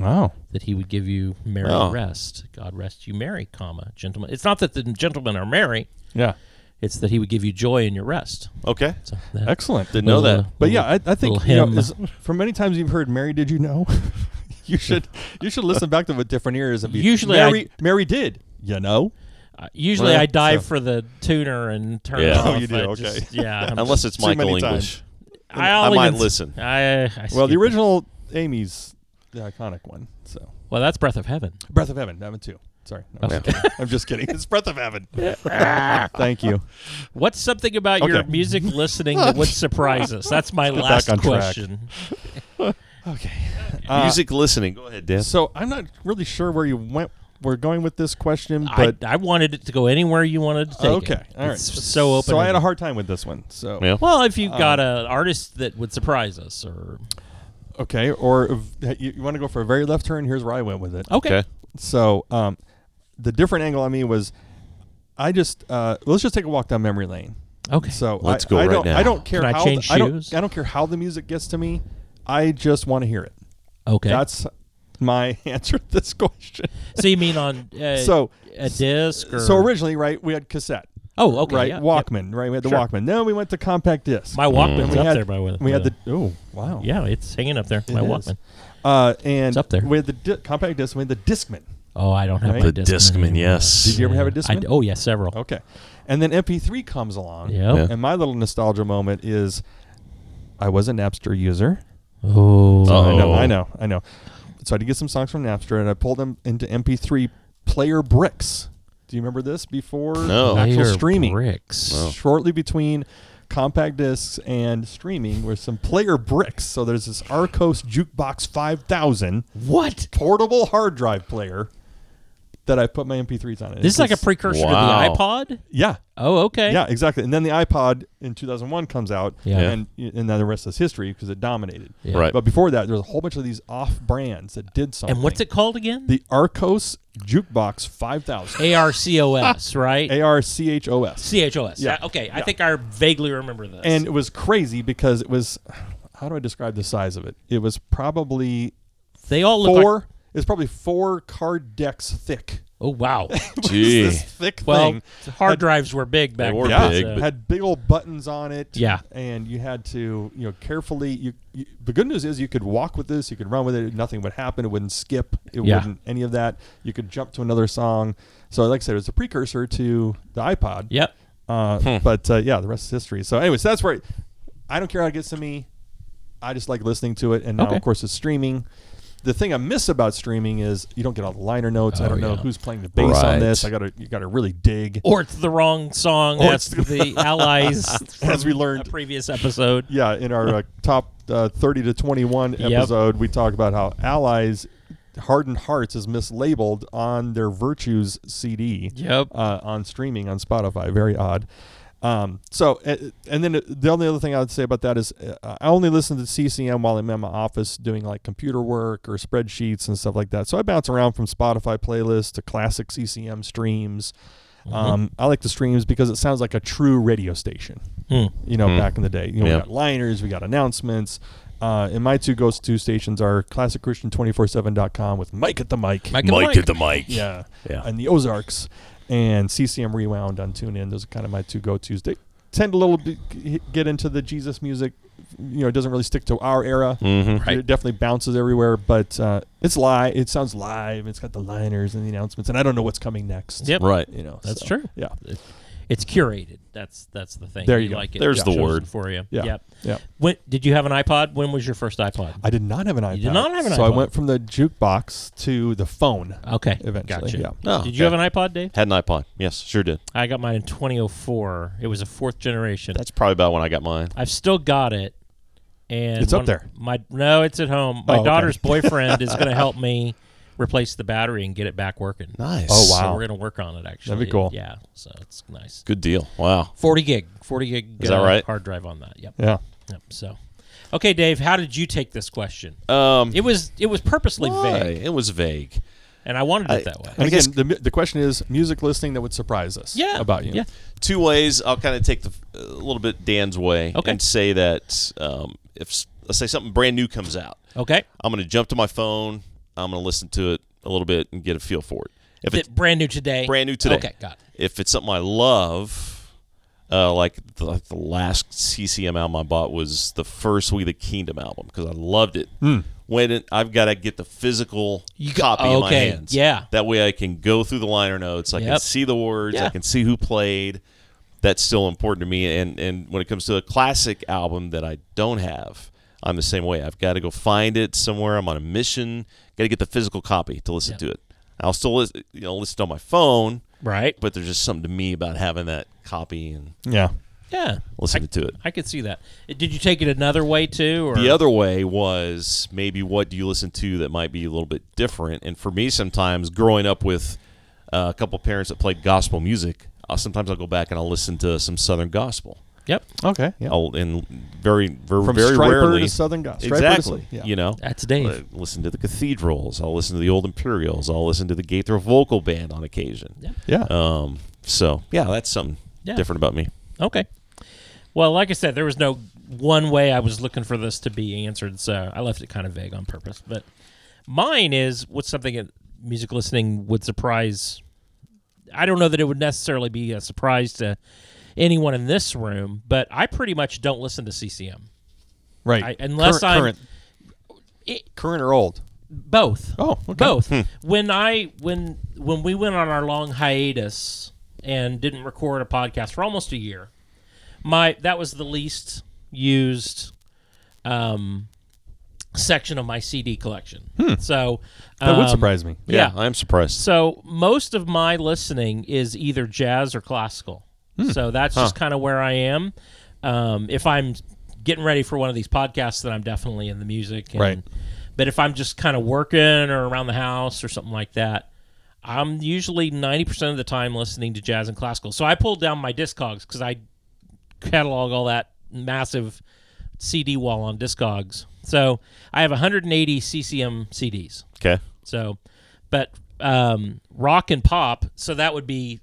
C: Wow.
B: that He would give you merry
D: Oh.
B: rest. God rest you merry, comma gentlemen. It's not that the gentlemen are merry;
C: Yeah.
B: it's that He would give you joy in your rest.
D: Okay.
B: So that-
C: Excellent.
D: Didn't know
B: Little,
D: that.
B: uh,
C: But yeah, I, I think
B: Little
C: you know,
B: hymn.
C: is- for many times you've heard Mary did you know? *laughs* you should you should listen back to it with different ears and be
B: Usually I-
C: Mary Mary did. You know?
B: Uh, Usually,
D: Well,
B: I dive
C: so-
B: for the tuner and turn it
D: Yeah.
B: off.
D: Oh,
C: you do,
B: I
C: okay.
B: Just, yeah, I'm
D: Unless it's
C: Too many
D: Michael
C: times.
D: English.
B: *laughs* I, I'll
D: might
B: even s-
D: listen.
B: I, I
C: Well, the
B: skip-
C: original Amy's the iconic one. So
B: Well, that's Breath of Heaven.
C: Breath of Heaven, that one too. Sorry, No, I'm, just kidding. I'm just kidding. It's Breath of
B: *laughs*
C: Heaven. Thank you.
B: What's something about your
C: Okay. *laughs*
B: music listening that would surprise us? That's my
C: get
B: last
C: back on track.
B: question.
C: Okay.
D: Music listening. Go ahead, Dan.
C: Uh, So I'm not really sure where you went. We're going with this question,
B: I,
C: but
B: I wanted it to go anywhere you wanted to take it.
C: okay, all right.
B: It's so open.
C: So I had a hard Uh, time with this one. So
D: Yeah.
B: Well, if you got an artist that would surprise us, or
C: okay, or if you, want to go for a very left turn? Here's where I went with it.
B: okay, *laughs*
D: okay.
C: So um, the different angle on me was, I just uh, let's just take a walk down memory lane.
B: okay.
C: So
D: Let's
C: I,
D: go
C: I
D: right
C: don't,
D: now.
C: I don't care
B: Can I
C: how
B: change
C: the, I don't,
B: shoes?
C: I don't care how the music gets to me. I just want to hear it.
B: okay.
C: That's my *laughs* answer to this question.
B: so you mean on uh,
C: So-
B: a disc or *laughs*
C: So originally, right, we had cassette,
B: oh okay
C: right,
B: yeah, yeah.
C: Walkman, right. We had the
B: Sure.
C: Walkman. Then we went to compact disc. Mm.
B: My Walkman's
C: we
B: up
C: had,
B: there. By the way,
C: we had the oh wow
B: yeah, it's hanging up there.
C: It
B: my
C: is.
B: Walkman.
C: uh, and
B: It's up there.
C: we had the di- compact disc. We had the Discman.
B: Oh, I don't have
C: Right?
B: my
D: The
B: disc
D: Discman, yes.
C: Did you ever have a
B: I,
C: Discman?
B: d- oh yes, several.
C: Okay, and then MP3 comes along.
B: Yep.
C: And my little nostalgia moment is, I was a Napster user.
B: Oh,
D: Uh-oh.
C: I know, I know, I know. So I did get some songs from Napster, and I pulled them into MP3 player bricks. Do you remember this before
D: No.
C: actual
B: Player
C: streaming?
B: bricks.
C: Shortly between compact discs and streaming were some player bricks. So there's this Arcos Jukebox 5000
B: What?
C: portable hard drive player that I put my MP3s on. It.
B: This is like a precursor
D: Wow.
B: to the iPod.
C: yeah.
B: Oh, okay.
C: Yeah, exactly. And then the iPod in 2001 comes out,
B: Yeah. Yeah.
C: and and then the rest is history because it dominated.
B: Yeah.
D: Right.
C: But before that, there was a whole bunch of these off brands that did something.
B: And what's it called again?
C: The Arcos Jukebox 5000.
B: A R C O S,
C: *laughs*
B: right?
C: A R C H O S.
B: C H O S.
C: Yeah.
B: Okay, I
C: Yeah.
B: think I vaguely remember this.
C: And it was crazy because it was, how do I describe the size of it? It was probably
B: they all look
C: four.
B: Like,
C: it was probably four card decks thick. *laughs*
B: oh wow.
D: Gee.
C: This thick
B: well,
C: thing.
B: hard drives were big back
D: They were
B: then.
C: yeah,
D: big,
B: so-
D: but-
C: had big old buttons on it.
B: Yeah.
C: and you had to, you know, carefully. You, you the good news is you could walk with this, you could run with it. Nothing would happen. It wouldn't skip. It
B: Yeah.
C: wouldn't any of that. You could jump to another song. So, like I said, it was a precursor to the iPod.
B: Yep.
C: Uh,
B: Hmm.
C: But uh, yeah, the rest is history. So, anyways, that's where I don't care how it gets to me. I just like listening to it, and now
B: Okay.
C: of course it's streaming. The thing I miss about streaming is you don't get all the liner notes. I
B: Oh,
C: don't know
B: yeah.
C: who's playing the bass
D: Right.
C: on this. I gotta you gotta really dig.
B: Or it's the wrong song.
C: Or *laughs*
B: That's the allies
C: As we
B: from
C: learned.
B: a previous episode.
C: Yeah, in our uh, top uh, 30 to 21 episode, we talk about how Allies Hardened Hearts is mislabeled on their Virtues CD
B: Yep.
C: uh, on streaming on Spotify. Very odd. Um, so, uh, and then the only other thing I would say about that is uh, I only listen to CCM while I'm in my office doing like computer work or spreadsheets and stuff like that. So I bounce around from Spotify playlists to classic CCM streams.
B: Mm-hmm.
C: Um, I like the streams because it sounds like a true radio station
B: Hmm.
C: you know, back in the day. You know,
D: Yeah.
C: we got liners, we got announcements. Uh, and my two ghost two stations are classicchristian247.com with Mike at the mic.
B: Mike,
D: Mike
B: and
D: at the mic.
C: Yeah.
D: Yeah.
C: And the Ozarks and CCM Rewound on TuneIn. Those are kind of my two go tos. They tend to little bit get into the Jesus music. You know, it doesn't really stick to our era.
D: Mm-hmm.
B: Right.
C: It definitely bounces everywhere, but uh, it's live. It sounds live. It's got the liners and the announcements, and I don't know what's coming next.
B: Yep.
D: Right.
C: You know,
B: That's
C: so,
B: true.
C: Yeah.
B: It's curated. That's that's the thing.
C: There you go.
B: like it.
D: There's
B: It's
D: the
B: chosen
D: word.
B: for you.
C: Yeah.
B: Yep.
C: Yeah.
B: When did you have an iPod? When was your first iPod?
C: I did not have an iPod.
B: did not have an
C: so I
B: iPod.
C: went from the jukebox to the phone.
B: Okay.
C: Eventually,
B: Gotcha.
C: yeah.
D: Oh,
B: Did you
D: okay.
B: have an iPod, Dave?
D: Had an iPod. Yes, sure did.
B: I got mine in 2004. It was a fourth generation.
D: That's probably about when I got mine.
B: I've still got it. And
C: It's up
B: one-
C: there.
B: My no, it's at home. My
C: Oh, okay.
B: daughter's boyfriend is
C: *laughs*
B: going to help me replace the battery and get it back working.
D: Nice.
C: Oh, wow.
B: So we're going to work on it actually.
C: cool.
B: Yeah. So it's nice.
D: Good deal. Wow.
B: 40 gig, 40 gig uh,
D: Is that right?
B: hard drive on that. Yep.
C: Yeah.
B: Yep. So Okay, Dave, how did you take this question?
D: Um,
B: It was it was purposely
D: why?
B: vague
D: It was vague.
B: and I wanted
D: I-
B: it that way.
C: And
D: I
C: again,
D: guess-
C: the, mu- the question is music listening that would surprise us.
B: Yeah.
C: About you.
B: Yeah.
D: Two ways. I'll kind of take the a little bit Dan's way
B: Okay.
D: and say that um, if s- let's say something brand new comes out,
B: Okay.
D: I'm going to jump to my phone. I'm going to listen to it a little bit and get a feel for it. If it's
B: That brand new today.
D: brand new today.
B: Okay, got it.
D: If it's something I love, uh, like, the, like the last CCM album I bought was the first We the Kingdom album because I loved it. When it, I've got to get the physical
B: Hmm. got-
D: copy in my
B: okay,
D: hands,
B: yeah.
D: That way I can go through the liner notes, I can
B: Yep.
D: see the words,
B: Yeah.
D: I can see who played. that's still important to me. And and when it comes to a classic album that I don't have, I'm the same way. I've got to go find it somewhere. I'm on a mission. Got to get the physical copy to listen to it. I'll still lis- you know listen on my phone,
B: right?
D: but there's just something to me about having that copy and
C: Yeah.
B: Yeah,
D: listening to it.
B: I could see that. Did you take it another way too? Or
D: The other way was maybe what do you listen to that might be a little bit different. And for me, sometimes growing up with uh, a couple parents that played gospel music, uh, sometimes I'll go back and I'll listen to some Southern gospel.
B: yep,
C: Okay. Yeah.
D: I'll and very very
C: From
D: Oh, very
C: Striper
D: rarely
C: to Southern Gospel.
D: exactly.
C: yeah.
D: You know,
B: that's Dave.
D: Uh, listen to the Cathedrals. I'll listen to the Old Imperials. I'll listen to the Gaither Vocal Band on occasion.
B: Yeah.
C: Yeah.
D: Um. So yeah, that's something
B: Yeah.
D: different about me.
B: Okay. Well, like I said, there was no one way I was looking for this to be answered, so I left it kind of vague on purpose. But mine is what's something that music listening would surprise. I don't know that it would necessarily be a surprise to anyone in this room, but I pretty much don't listen to CCM.
C: right.
B: I- unless
C: current,
B: I'm-
C: current.
B: It-
C: Current or old?
B: Both.
C: Oh, okay.
B: both. When I when when we went on our long hiatus and didn't record a podcast for almost a year, my that was the least used um, section of my CD collection. So
C: Hmm. That would
B: um,
C: surprise me.
B: Yeah.
D: I'm surprised.
B: So most of my listening is either jazz or classical. So that's just kind of where I am. Um, if I'm getting ready for one of these podcasts, then I'm definitely in the music. And,
C: Right.
B: But if I'm just kind of working or around the house or something like that, I'm usually 90% of the time listening to jazz and classical. So I pulled down my Discogs because I catalog all that massive CD wall on Discogs. So I have 180 CCM CDs.
D: Okay.
B: So, but um, rock and pop, so that would be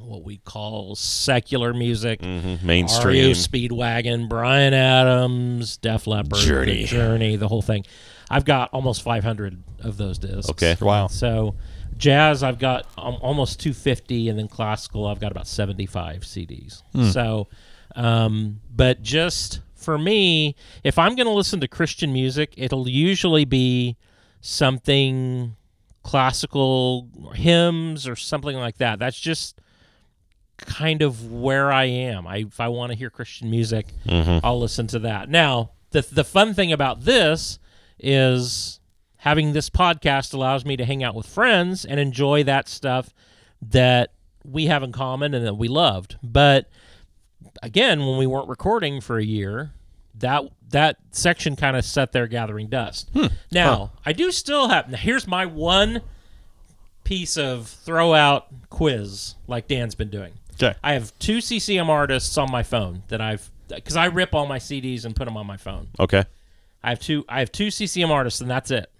B: what we call secular music.
D: Mm-hmm.
B: REO
D: Mainstream.
B: Speedwagon, Brian Adams, Def Leppard, The
D: Journey.
B: Journey, the whole thing. I've got almost 500 of those discs.
D: Okay.
C: Wow.
B: So, jazz, I've got um, almost 250, and then classical, I've got about 75 CDs. So, um, but just for me, if I'm going to listen to Christian music, it'll usually be something classical hymns or something like that. That's just kind of where I am. I if I want to hear Christian music, I'll listen to that. Now, the the fun thing about this is having this podcast allows me to hang out with friends and enjoy that stuff that we have in common and that we loved. But again, when we weren't recording for a year, that that section kind of sat there gathering dust. Now, I do still have now here's my one piece of throw out quiz like Dan's been doing.
C: Okay.
B: I have two CCM artists on my phone that I've because I rip all my CDs and put them on my phone.
D: Okay.
B: I have two. I have two CCM artists, and that's it.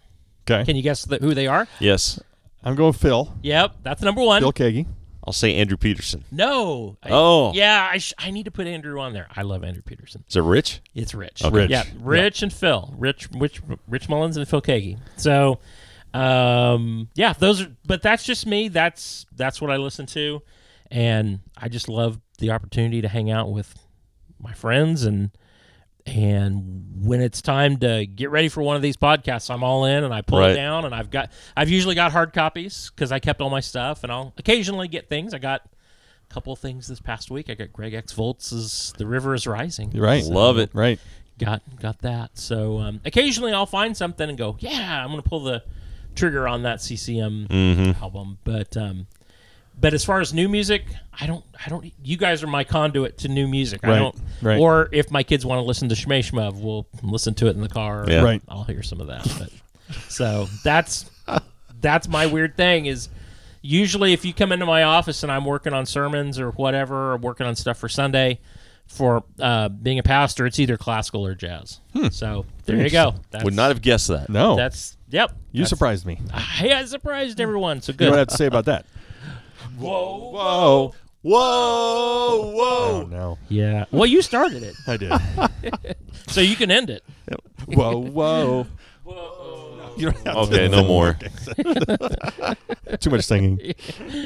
C: Okay.
B: Can you guess the, who they are?
D: Yes.
C: I'm going Phil.
B: Yep, that's number one.
C: Phil Kagi.
D: I'll say Andrew Peterson.
B: No. I-
D: Oh.
B: yeah. I, sh- I need to put Andrew on there. I love Andrew Peterson.
D: Is it Rich?
B: It's Rich.
D: Okay. Rich.
B: Yeah, Rich and Phil. Rich, Rich, Rich Mullins and Phil Kagi. So, um, yeah, those are. But that's just me. That's that's what I listen to, and I just love the opportunity to hang out with my friends and and when it's time to get ready for one of these podcasts i'm all in and i pull
D: Right.
B: it down and i've got i've usually got hard copies because i kept all my stuff and i'll occasionally get things i got a couple things this past week i got greg x voltz's the river is rising
C: You're right.
D: Love it.
C: Right.
B: got got that. So um, occasionally I'll find something and go, yeah, I'm gonna pull the trigger on that CCM
C: Mm-hmm.
B: album. But um, but as far as new music, I don't I don't. You guys are my conduit to new music. I
C: Right,
B: don't.
C: right.
B: Or if my kids want to listen to Shmei Shmuv, we'll listen to it in the car.
D: Yeah.
C: Right.
B: I'll hear some of that. But so that's that's my weird thing is usually if you come into my office and I'm working on sermons or whatever or working on stuff for Sunday for uh, being a pastor, it's either classical or jazz. So there you go. That's,
D: Would not have guessed that.
C: No.
B: That's yep.
C: you surprised me.
B: Hey, I surprised everyone. So
C: You
B: *laughs*
C: know what I have
B: good.
C: to say about that?
B: Whoa,
C: Whoa.
D: Oh, Whoa!
C: Oh,
D: Whoa!
C: no.
B: Yeah. Well, you started it,
C: I did.
B: so you can end it.
C: whoa, whoa. You don't have to-
D: Okay, no more.
C: Too much singing.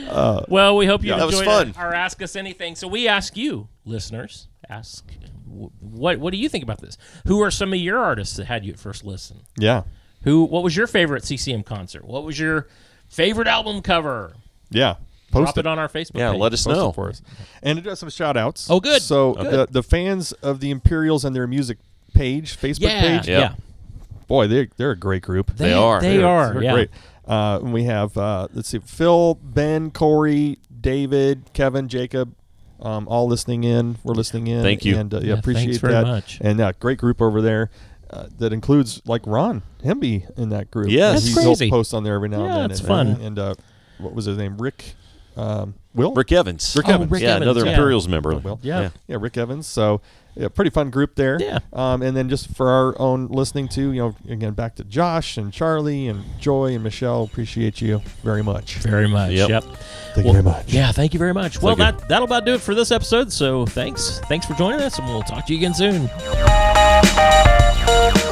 B: *laughs* Well, we hope you
D: That was
B: enjoyed
D: fun.
B: our Ask Us Anything. So we ask you, listeners, ask wh- what what do you think about this? Who are some of your artists that had you at first listen?
C: Yeah.
B: Who? What was your favorite CCM concert? What was your favorite album cover?
C: Yeah. Post
B: Drop it.
C: it.
B: on our Facebook
D: Yeah,
B: page.
D: let us
C: posted
D: know.
C: for us. And it does some shout outs.
B: Oh, good.
C: So
B: Good.
C: The, the fans of the Imperials and their music page, Facebook
B: yeah,
C: page,
D: Yeah.
B: yeah.
C: boy, they, they're a great group.
D: They are.
B: They
D: They're-
B: are.
C: They're
B: yeah.
C: great. Uh, and we have, uh, let's see, Phil, Ben, Corey, David, Kevin, Jacob, um, all listening in. We're listening in.
D: Thank you.
C: And uh, yeah,
B: Yeah, thanks
C: appreciate
B: very
C: that.
B: much.
C: And uh, great group over there. Uh, that includes like Ron Hemby in that group.
D: Yes.
B: That's
C: He's- he'll
B: crazy.
C: post on there every now and
B: Yeah,
C: then.
B: it's
C: and,
B: fun.
C: And uh, what was his name? Rick um, Will?
D: Rick Evans.
C: Rick
B: Oh,
C: Evans.
B: Rick
D: yeah,
B: Evans,
D: another
B: yeah. Oh,
D: Imperials member.
C: Will.
B: Yeah.
C: Yeah, Rick Evans. So, yeah, pretty fun group there.
B: Yeah.
C: Um, and then just for our own listening too, you know, again back to Josh and Charlie and Joy and Michelle. Appreciate you very much.
B: Very much.
D: Yep.
B: yep.
C: Thank
B: Well,
C: you very much.
B: Yeah, thank you very much. Well,
D: Thank you.
B: that, that'll about do it for this episode. So thanks. Thanks for joining us, and we'll talk to you again soon.
A: Thank you.